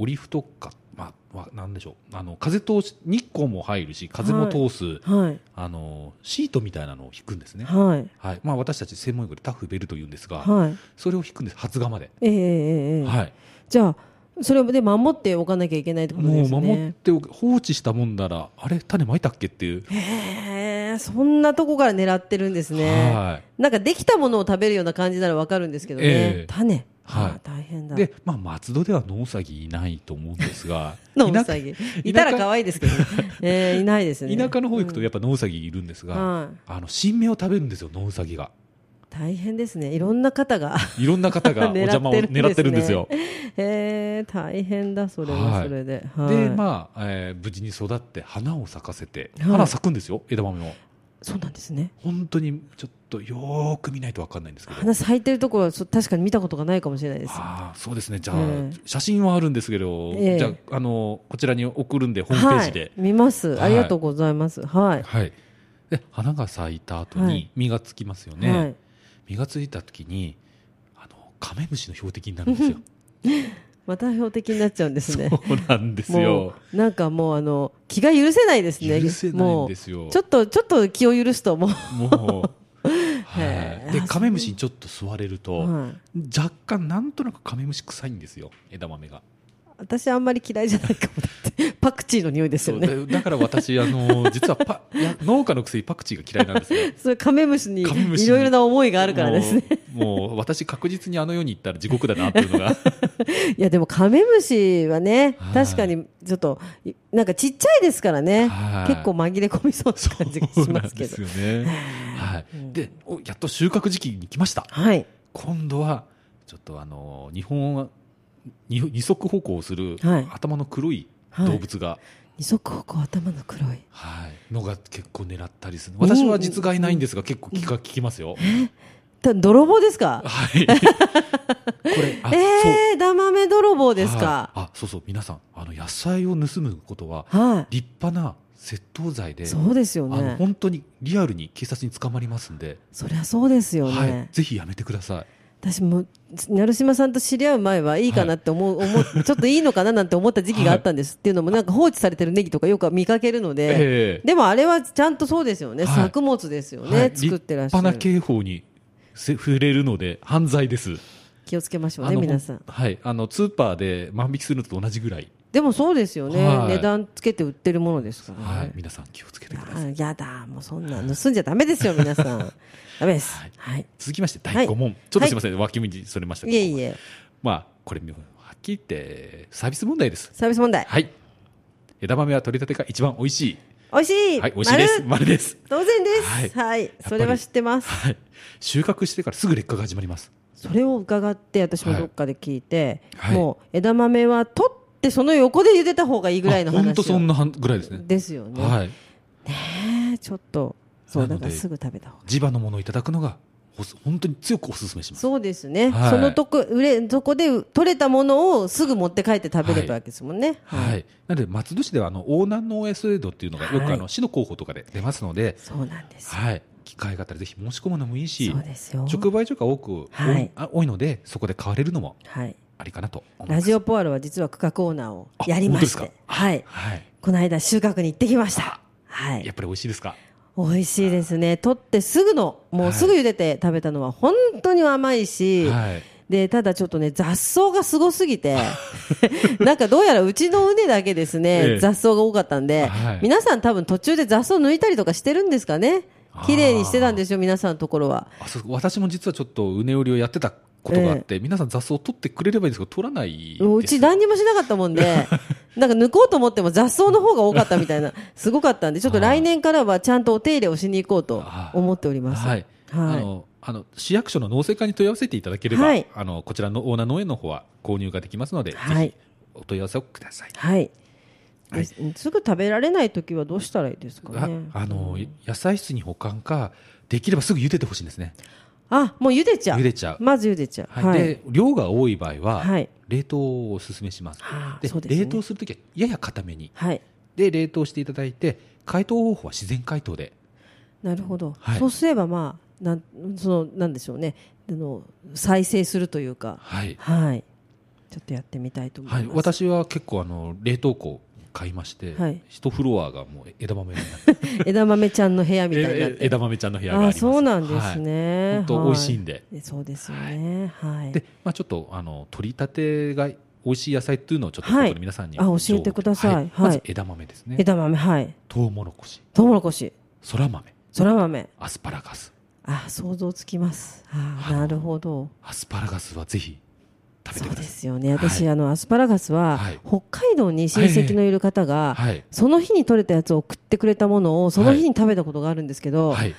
[SPEAKER 1] オリフトか、まあまあ、なんでしょうあの風通し日光も入るし風も通す、
[SPEAKER 2] はい
[SPEAKER 1] あのシートみたいなのを引くんですね、はい
[SPEAKER 2] はい
[SPEAKER 1] まあ、私たち専門用語でタフベルというんですが、
[SPEAKER 2] はい
[SPEAKER 1] それを引くんです発芽まで、
[SPEAKER 2] ええええええ
[SPEAKER 1] はい、
[SPEAKER 2] じゃあそれで守っておかなきゃいけないってこと
[SPEAKER 1] も
[SPEAKER 2] で
[SPEAKER 1] う
[SPEAKER 2] すよ
[SPEAKER 1] 守っ
[SPEAKER 2] ね
[SPEAKER 1] ておく放置したもんならあれ種まいたっけっていう、
[SPEAKER 2] へえそんなとこから狙ってるんですね
[SPEAKER 1] はい
[SPEAKER 2] なんかできたものを食べるような感じならわかるんですけどね、
[SPEAKER 1] ええ
[SPEAKER 2] 種、
[SPEAKER 1] はい
[SPEAKER 2] ああ大変だ
[SPEAKER 1] で、まあ、松戸ではノウサギいないと思うんですが [laughs]
[SPEAKER 2] のう
[SPEAKER 1] 田
[SPEAKER 2] さ
[SPEAKER 1] 舎
[SPEAKER 2] ぎ
[SPEAKER 1] 舎
[SPEAKER 2] いたら可愛いですけど、ねえーいないですね
[SPEAKER 1] 田舎の方行くとやっぱノウサギいるんですが、
[SPEAKER 2] はい、
[SPEAKER 1] あの新芽を食べるんですよノウサギが
[SPEAKER 2] 大変ですねいろんな方が
[SPEAKER 1] いろんな方がお邪魔を [laughs] 狙ってるんですよ。
[SPEAKER 2] えー、大変だそれは
[SPEAKER 1] はい
[SPEAKER 2] それで、はい
[SPEAKER 1] でまあ、えー無事に育って花を咲かせて、
[SPEAKER 2] はい
[SPEAKER 1] 花咲くんですよ枝豆も
[SPEAKER 2] そうなんですね
[SPEAKER 1] 本当にちょっとよーく見ないと分かんないんですけど
[SPEAKER 2] 花咲いてるところはそう確かに見たことがないかもしれないです
[SPEAKER 1] あーそうですねじゃあ、
[SPEAKER 2] ええ
[SPEAKER 1] 写真はあるんですけど、
[SPEAKER 2] ええ
[SPEAKER 1] じゃああのこちらに送るんでホームページで
[SPEAKER 2] はい、見ます
[SPEAKER 1] はい
[SPEAKER 2] ありがとうございますはい、
[SPEAKER 1] はいで花が咲いた後
[SPEAKER 2] はい
[SPEAKER 1] に実がつきますよね、
[SPEAKER 2] はい、
[SPEAKER 1] 実がついた時にあのカメムシの標的になるんですよ
[SPEAKER 2] また標的になっちゃうんですね
[SPEAKER 1] そうなんです
[SPEAKER 2] も
[SPEAKER 1] よ
[SPEAKER 2] うなんかもうあの気が許せないですね
[SPEAKER 1] 許せないんですよ
[SPEAKER 2] もうちょっとちょっと気を許すともう
[SPEAKER 1] もう、
[SPEAKER 2] へ [laughs]
[SPEAKER 1] は
[SPEAKER 2] え
[SPEAKER 1] い、でカメムシにちょっと吸われると、
[SPEAKER 2] はい
[SPEAKER 1] 若干なんとなくカメムシ臭いんですよ枝豆が
[SPEAKER 2] 私あんまり嫌いじゃないかもだって [laughs] パクチーの匂いです
[SPEAKER 1] そ
[SPEAKER 2] よ
[SPEAKER 1] う
[SPEAKER 2] ね
[SPEAKER 1] だだから私
[SPEAKER 2] [laughs]
[SPEAKER 1] あの実はパいや農家のくせにパクチーが嫌いなんですよ
[SPEAKER 2] それカメムシにい
[SPEAKER 1] カメムシに
[SPEAKER 2] ろいろな思いがあるからですね
[SPEAKER 1] もうもう私確実にあの世に行ったら地獄だなってい
[SPEAKER 2] [laughs]
[SPEAKER 1] うのが
[SPEAKER 2] いやでもカメムシはね
[SPEAKER 1] はい
[SPEAKER 2] 確かにちょっといなんかちっちゃいですからね
[SPEAKER 1] はい
[SPEAKER 2] 結構紛れ込みそうな感じがしますけ
[SPEAKER 1] そ
[SPEAKER 2] ど
[SPEAKER 1] うなんですよね、はい、でおやっと収穫時期に来ました
[SPEAKER 2] はい
[SPEAKER 1] 今度はちょっとあの日本はに二足歩行をする
[SPEAKER 2] はい
[SPEAKER 1] 頭の黒い動物が、
[SPEAKER 2] 二足歩行頭の黒い
[SPEAKER 1] はい、のが結構狙ったりする私は実害ないんですが結構気が利きますよ、
[SPEAKER 2] た泥棒ですか
[SPEAKER 1] はいこれあ、そう
[SPEAKER 2] えー、ダマメ泥棒ですか
[SPEAKER 1] はいあそうそう皆さんあの野菜を盗むことは
[SPEAKER 2] は
[SPEAKER 1] 立派な窃盗罪で、
[SPEAKER 2] いそうですよ
[SPEAKER 1] あの
[SPEAKER 2] ね
[SPEAKER 1] 本当にリアルに警察に捕まりますんで、
[SPEAKER 2] そりゃそうですよね、
[SPEAKER 1] はい、ぜひやめてください
[SPEAKER 2] 私も成島さんと知り合う前はいいかなって思う、思う [laughs] ちょっといいのかななんて思った時期があったんです、っていうのもなんか放置されてるネギとかよく見かけるので、
[SPEAKER 1] ええ
[SPEAKER 2] でもあれはちゃんとそうですよね、
[SPEAKER 1] はい
[SPEAKER 2] 作物ですよね、
[SPEAKER 1] はい
[SPEAKER 2] 作ってらっしゃ
[SPEAKER 1] 立派な
[SPEAKER 2] る
[SPEAKER 1] 刑法にせ触れるので犯罪です、
[SPEAKER 2] 気をつけましょう
[SPEAKER 1] あ
[SPEAKER 2] ね
[SPEAKER 1] の
[SPEAKER 2] 皆さん
[SPEAKER 1] はい、あのスーパーで万引きするのと同じぐらい、
[SPEAKER 2] でもそうですよね、
[SPEAKER 1] はい
[SPEAKER 2] 値段つけて売ってるものですからね、
[SPEAKER 1] はい、皆さん気をつけてください
[SPEAKER 2] あやだもうそんな盗んじゃダメですよ皆さ
[SPEAKER 1] [laughs]
[SPEAKER 2] んダメです
[SPEAKER 1] はい
[SPEAKER 2] はい、
[SPEAKER 1] 続きまして第5問、ちょっとすみません、脇道それました
[SPEAKER 2] い、
[SPEAKER 1] けど
[SPEAKER 2] えいえ
[SPEAKER 1] まあこれはっきり言ってサービス問題です
[SPEAKER 2] サービス問題。
[SPEAKER 1] はい枝豆は取り立てが一番美味し
[SPEAKER 2] 美味し
[SPEAKER 1] い
[SPEAKER 2] い。
[SPEAKER 1] はい美味しいです
[SPEAKER 2] 丸
[SPEAKER 1] 丸です
[SPEAKER 2] 当然です。は
[SPEAKER 1] はいい。
[SPEAKER 2] それは知ってます。
[SPEAKER 1] はい収穫してからすぐ劣化が始まります
[SPEAKER 2] それを伺って、私もどっかで聞いて、
[SPEAKER 1] はい
[SPEAKER 2] もう枝豆は取って、その横で茹でた方がいいぐらいの話を。
[SPEAKER 1] 本当そんなはんぐらいですね
[SPEAKER 2] ですよね。
[SPEAKER 1] はい
[SPEAKER 2] ねえちょっと、そう、
[SPEAKER 1] な
[SPEAKER 2] だ
[SPEAKER 1] ので
[SPEAKER 2] からすぐ食べた方が。
[SPEAKER 1] 地場のものをいただくのがほす本当に強くお勧めします
[SPEAKER 2] そうですね。
[SPEAKER 1] はい
[SPEAKER 2] そのとこ、売れ、そこで取れたものをすぐ持って帰って食べれたわけですもんね。。
[SPEAKER 1] はいい、なので松戸市ではあのオーナー農園制度っていうのがよくあの市の広報とかで出ますので、
[SPEAKER 2] そうなんですよ。
[SPEAKER 1] はい、機会があったらぜひ申し込むのもいいし
[SPEAKER 2] そうですよ。
[SPEAKER 1] 直売所が多く、
[SPEAKER 2] はい
[SPEAKER 1] 多いあ多いのでそこで買われるのも
[SPEAKER 2] はい。
[SPEAKER 1] ありかなと思いま
[SPEAKER 2] ラ
[SPEAKER 1] す。
[SPEAKER 2] ジオポアロは実は区画オーナーをやりまし
[SPEAKER 1] あ本
[SPEAKER 2] て
[SPEAKER 1] 当で、
[SPEAKER 2] はい。
[SPEAKER 1] はい、
[SPEAKER 2] この間収穫に行ってきました。は
[SPEAKER 1] やっ
[SPEAKER 2] い。
[SPEAKER 1] ぱり美味しいですか。
[SPEAKER 2] 美味しいですね。取ってすぐの、もうすぐ茹でて食べたのは本当に甘いし、
[SPEAKER 1] はい、
[SPEAKER 2] で、ただちょっとね、雑草がすごすぎて、 [laughs] なんかどうやらうちの畝だけです
[SPEAKER 1] え
[SPEAKER 2] ね、
[SPEAKER 1] え
[SPEAKER 2] 雑草が多かったんで
[SPEAKER 1] はい、
[SPEAKER 2] 皆さん多分途中で雑草抜いたりとかしてるんですかね。
[SPEAKER 1] あー
[SPEAKER 2] 綺麗にしてたんですよ、皆さんのところは。
[SPEAKER 1] あそう私も実はちょっとうね売りをやってたことがあって、皆さん雑草を取ってくれればいいんですけど取らないです。
[SPEAKER 2] うち何にもしなかったもん
[SPEAKER 1] [laughs]
[SPEAKER 2] で、なんか抜こうと思っても雑草の方が多かったみたいな、すごかったんで、ちょっと来年からはちゃんとお手入れをしに行こうと思っております。
[SPEAKER 1] はい、あ
[SPEAKER 2] はい
[SPEAKER 1] のあの市役所の農政課に問い合わせていただければ、
[SPEAKER 2] はい
[SPEAKER 1] あのこちらのオーナー農園の方は購入ができますので、
[SPEAKER 2] は
[SPEAKER 1] ぜ
[SPEAKER 2] い
[SPEAKER 1] ひお問い合わせをください。
[SPEAKER 2] はい。
[SPEAKER 1] はい
[SPEAKER 2] ですぐ食べられない時はどうしたらいいですか
[SPEAKER 1] あ
[SPEAKER 2] ね。
[SPEAKER 1] あの野菜室に保管かできればすぐ茹でてほしいんですね
[SPEAKER 2] あ、もう茹でちゃう。
[SPEAKER 1] 茹でちゃう、
[SPEAKER 2] まず茹でちゃう。
[SPEAKER 1] はいで量が多い場合は、
[SPEAKER 2] はい
[SPEAKER 1] 冷凍をおすすめします
[SPEAKER 2] はあ
[SPEAKER 1] で
[SPEAKER 2] そうですね
[SPEAKER 1] 冷凍するときはやや固めに
[SPEAKER 2] はい。
[SPEAKER 1] で冷凍していただいて解凍方法は自然解凍で
[SPEAKER 2] なるほど。
[SPEAKER 1] はい
[SPEAKER 2] そうすれば、まあ、なん、その、なんでしょうね。あの、再生するというか。
[SPEAKER 1] はい、
[SPEAKER 2] はい。ちょっとやってみたいと思
[SPEAKER 1] はいい、
[SPEAKER 2] ます。
[SPEAKER 1] 私は結構あの冷凍庫買いまして、
[SPEAKER 2] はい
[SPEAKER 1] 一フロアがもう枝豆になって
[SPEAKER 2] 枝豆ちゃんの部屋みたいになっ
[SPEAKER 1] え
[SPEAKER 2] て。
[SPEAKER 1] え枝豆ちゃんの部屋があり
[SPEAKER 2] あ、
[SPEAKER 1] ます
[SPEAKER 2] そうなんです
[SPEAKER 1] は
[SPEAKER 2] ね。
[SPEAKER 1] い、本当美味しいんで、
[SPEAKER 2] で。そうですよね。はい。
[SPEAKER 1] で、まあ、ちょっとあの取り立てが美味しい野菜っていうのをちょっと
[SPEAKER 2] はい
[SPEAKER 1] ここで皆さんに
[SPEAKER 2] あ教えてください
[SPEAKER 1] は
[SPEAKER 2] はい
[SPEAKER 1] まず枝豆ですね
[SPEAKER 2] 枝豆、はい。
[SPEAKER 1] とうもろこし
[SPEAKER 2] トウモロコシ、
[SPEAKER 1] そら豆
[SPEAKER 2] そら豆。
[SPEAKER 1] アスパラガス
[SPEAKER 2] あ、想像つきます。あ、
[SPEAKER 1] あの
[SPEAKER 2] なるほど。
[SPEAKER 1] アスパラガスはぜひ食べ
[SPEAKER 2] そ
[SPEAKER 1] て
[SPEAKER 2] う
[SPEAKER 1] くだ
[SPEAKER 2] で
[SPEAKER 1] さ
[SPEAKER 2] すよね。
[SPEAKER 1] はい
[SPEAKER 2] 私、あの、アスパラガスは
[SPEAKER 1] はい、
[SPEAKER 2] 北海道に親戚のいる方
[SPEAKER 1] い
[SPEAKER 2] が、
[SPEAKER 1] はい
[SPEAKER 2] その日に取れたやつを送ってくれたものをその日に食べたことがあるんですけど、
[SPEAKER 1] はい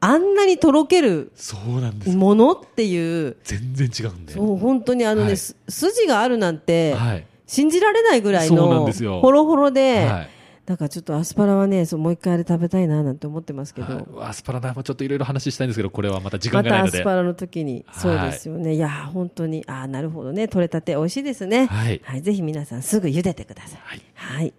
[SPEAKER 2] あんなにとろける
[SPEAKER 1] そうなんです
[SPEAKER 2] ものっていう、
[SPEAKER 1] 全然違うんで
[SPEAKER 2] そう本当にあのね、
[SPEAKER 1] はい
[SPEAKER 2] す筋があるなんて
[SPEAKER 1] はい
[SPEAKER 2] 信じられないぐらい
[SPEAKER 1] そうなん
[SPEAKER 2] の
[SPEAKER 1] ですよ
[SPEAKER 2] ほろほろで、
[SPEAKER 1] はい
[SPEAKER 2] だからちょっとアスパラはねそうもう一回あれ食べたいななんて思ってますけど、
[SPEAKER 1] はいアスパラもちょっといろいろ話したいんですけどこれはまた時間
[SPEAKER 2] ま
[SPEAKER 1] がない
[SPEAKER 2] たア
[SPEAKER 1] の
[SPEAKER 2] ス
[SPEAKER 1] で
[SPEAKER 2] パラの時に、
[SPEAKER 1] はい
[SPEAKER 2] そうですよねいやー本当にあーなるほどね取れたて美味しいですね
[SPEAKER 1] はい
[SPEAKER 2] ぜひ皆さんすぐ茹でてください
[SPEAKER 1] はい
[SPEAKER 2] はい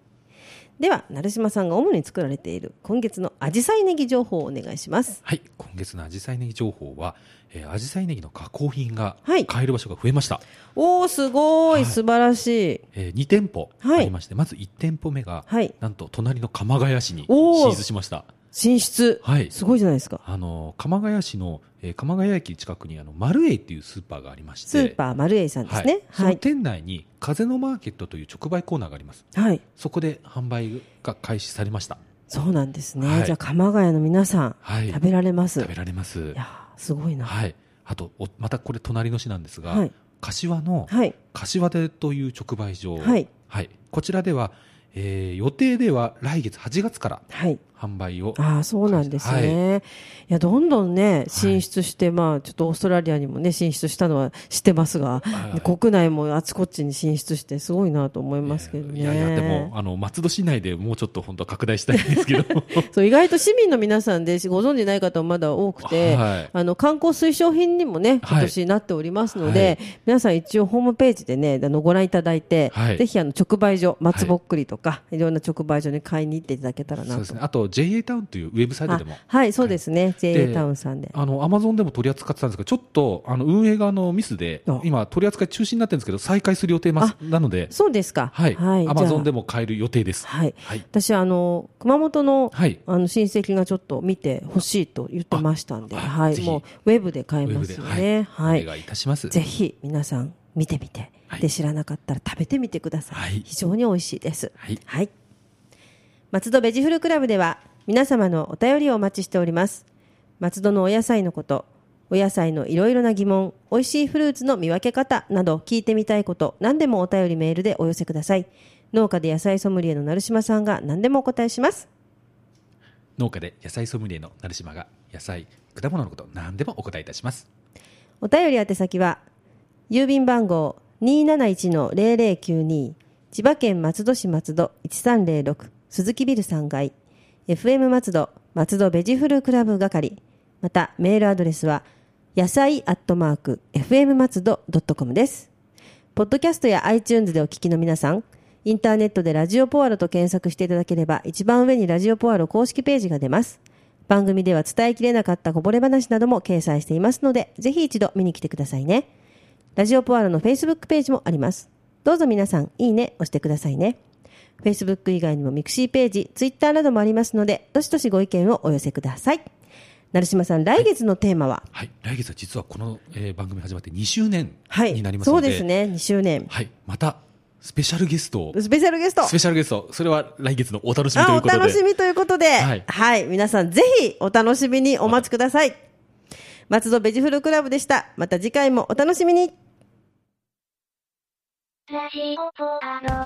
[SPEAKER 2] では成島さんが主に作られている今月のアジサイネギ情報をお願いします
[SPEAKER 1] はい今月のアジサイネギ情報はえーアジサイネギの加工品が
[SPEAKER 2] はい
[SPEAKER 1] 買える場所が増えました
[SPEAKER 2] おおすご
[SPEAKER 1] はいい
[SPEAKER 2] 素晴らしい
[SPEAKER 1] え2店舗
[SPEAKER 2] はい
[SPEAKER 1] ありましてまず1店舗目が
[SPEAKER 2] はい
[SPEAKER 1] なんと隣の鎌ヶ谷市に
[SPEAKER 2] おー
[SPEAKER 1] 進出しました
[SPEAKER 2] 進出
[SPEAKER 1] はい
[SPEAKER 2] すごいじゃないですか
[SPEAKER 1] あの鎌ヶ谷市の、えー鎌ヶ谷駅近くにあのマルエイっていうスーパーがありまして
[SPEAKER 2] スーパーマルエイさんで
[SPEAKER 1] は
[SPEAKER 2] す
[SPEAKER 1] い
[SPEAKER 2] ね
[SPEAKER 1] そ
[SPEAKER 2] は
[SPEAKER 1] の
[SPEAKER 2] い
[SPEAKER 1] 店内に風のマーケットという直売コーナーがあります
[SPEAKER 2] はい
[SPEAKER 1] そこで販売が開始されました
[SPEAKER 2] そうなんですね、
[SPEAKER 1] はい
[SPEAKER 2] じゃあ鎌ヶ谷の皆さん、
[SPEAKER 1] はい
[SPEAKER 2] 食べられます
[SPEAKER 1] 食べられます
[SPEAKER 2] いやーすごいなは
[SPEAKER 1] はいあとおまたこれ隣の市なんですが、
[SPEAKER 2] はい
[SPEAKER 1] 柏の
[SPEAKER 2] い
[SPEAKER 1] 柏手という直売所
[SPEAKER 2] はい、
[SPEAKER 1] はいこちらでは、えー予定では来月8月から
[SPEAKER 2] はい
[SPEAKER 1] 販売を
[SPEAKER 2] ああそうなんですね、い、やどんどんね進出して、まあちょっとオーストラリアにもね進出したのは知ってますが、
[SPEAKER 1] はい
[SPEAKER 2] 国内もあちこちに進出してすごいなと思いますけどね
[SPEAKER 1] いやいやでもあの松戸市内でもうちょっと本当は拡大したいんですけど
[SPEAKER 2] [laughs] そう意外と市民の皆さんでご存じない方もまだ多くて、
[SPEAKER 1] [laughs] はい
[SPEAKER 2] あの観光推奨品にもね
[SPEAKER 1] はい
[SPEAKER 2] 今年なっておりますので、皆さん一応ホームページでねあのご覧いただいて、
[SPEAKER 1] はい
[SPEAKER 2] ぜひあの直売所松ぼっくりとか、い、ろんな直売所に買いに行っていただけたらな
[SPEAKER 1] そう
[SPEAKER 2] と
[SPEAKER 1] ですねあと JA タウンというウェブサイトでも
[SPEAKER 2] あはいそうですね、JA タウンさんで
[SPEAKER 1] あのアマゾンでも取り扱ってたんですがちょっとあの運営側のミスで
[SPEAKER 2] あ
[SPEAKER 1] 今取り扱い中止になってるんですけど再開する予定ますなので
[SPEAKER 2] そうですか
[SPEAKER 1] はいアマゾンで
[SPEAKER 2] も
[SPEAKER 1] も買える予定です
[SPEAKER 2] はい
[SPEAKER 1] はい
[SPEAKER 2] 私あの熊本の
[SPEAKER 1] はい
[SPEAKER 2] あの親戚がちょっと見てほしいと言ってましたんで、
[SPEAKER 1] ああ
[SPEAKER 2] はい、
[SPEAKER 1] ぜひ
[SPEAKER 2] もうウェブで買えますよね。はい、
[SPEAKER 1] お願いいたします
[SPEAKER 2] ぜひ皆さん見てみて、
[SPEAKER 1] はい
[SPEAKER 2] で知らなかったら食べてみてください、
[SPEAKER 1] はい
[SPEAKER 2] 非常に美味しいです
[SPEAKER 1] はい
[SPEAKER 2] 松戸ベジフルクラブでは皆様のお便りをお待ちしております松戸のお野菜のことお野菜のいろいろな疑問、美味しいフルーツの見分け方など聞いてみたいこと、何でもお便りメールでお寄せください。農家で野菜ソムリエの成島さんが何でもお答えします。
[SPEAKER 1] 農家で野菜ソムリエの成島が野菜果物のこと何でもお答えいたします
[SPEAKER 2] お便り宛先は、郵便番号271-0092、千葉県松戸市松戸1306、鈴木ビル3階、FM 松戸、松戸ベジフルクラブ係、またメールアドレスは、野菜アットマーク、FM 松戸 .com です。ポッドキャストや iTunes でお聞きの皆さん、インターネットでラジオポアロと検索していただければ、一番上にラジオポアロ公式ページが出ます。番組では伝えきれなかったこぼれ話なども掲載していますので、ぜひ一度見に来てくださいね。ラジオポアロの Facebook ページもあります。どうぞ皆さん、いいね、押してくださいね。Facebook 以外にもミクシーページ、Twitter などもありますので、どしどしご意見をお寄せください。成島さん、来月のテーマは、
[SPEAKER 1] はい来月は実はこの、えー番組始まって2周年
[SPEAKER 2] はい、
[SPEAKER 1] になります
[SPEAKER 2] そ
[SPEAKER 1] の
[SPEAKER 2] う
[SPEAKER 1] で、
[SPEAKER 2] ですね、2周年。
[SPEAKER 1] はいまたスペシャルゲストを
[SPEAKER 2] スペシャルゲスト。
[SPEAKER 1] スペシャルゲストそれは来月のお楽しみとい
[SPEAKER 2] あ
[SPEAKER 1] う
[SPEAKER 2] お
[SPEAKER 1] ことで
[SPEAKER 2] 楽しみということで、は
[SPEAKER 1] はいい、
[SPEAKER 2] 皆さんぜひお楽しみにお待ちください。松戸ベジフルクラブでした。また次回もお楽しみに。
[SPEAKER 3] ラジオポアロ。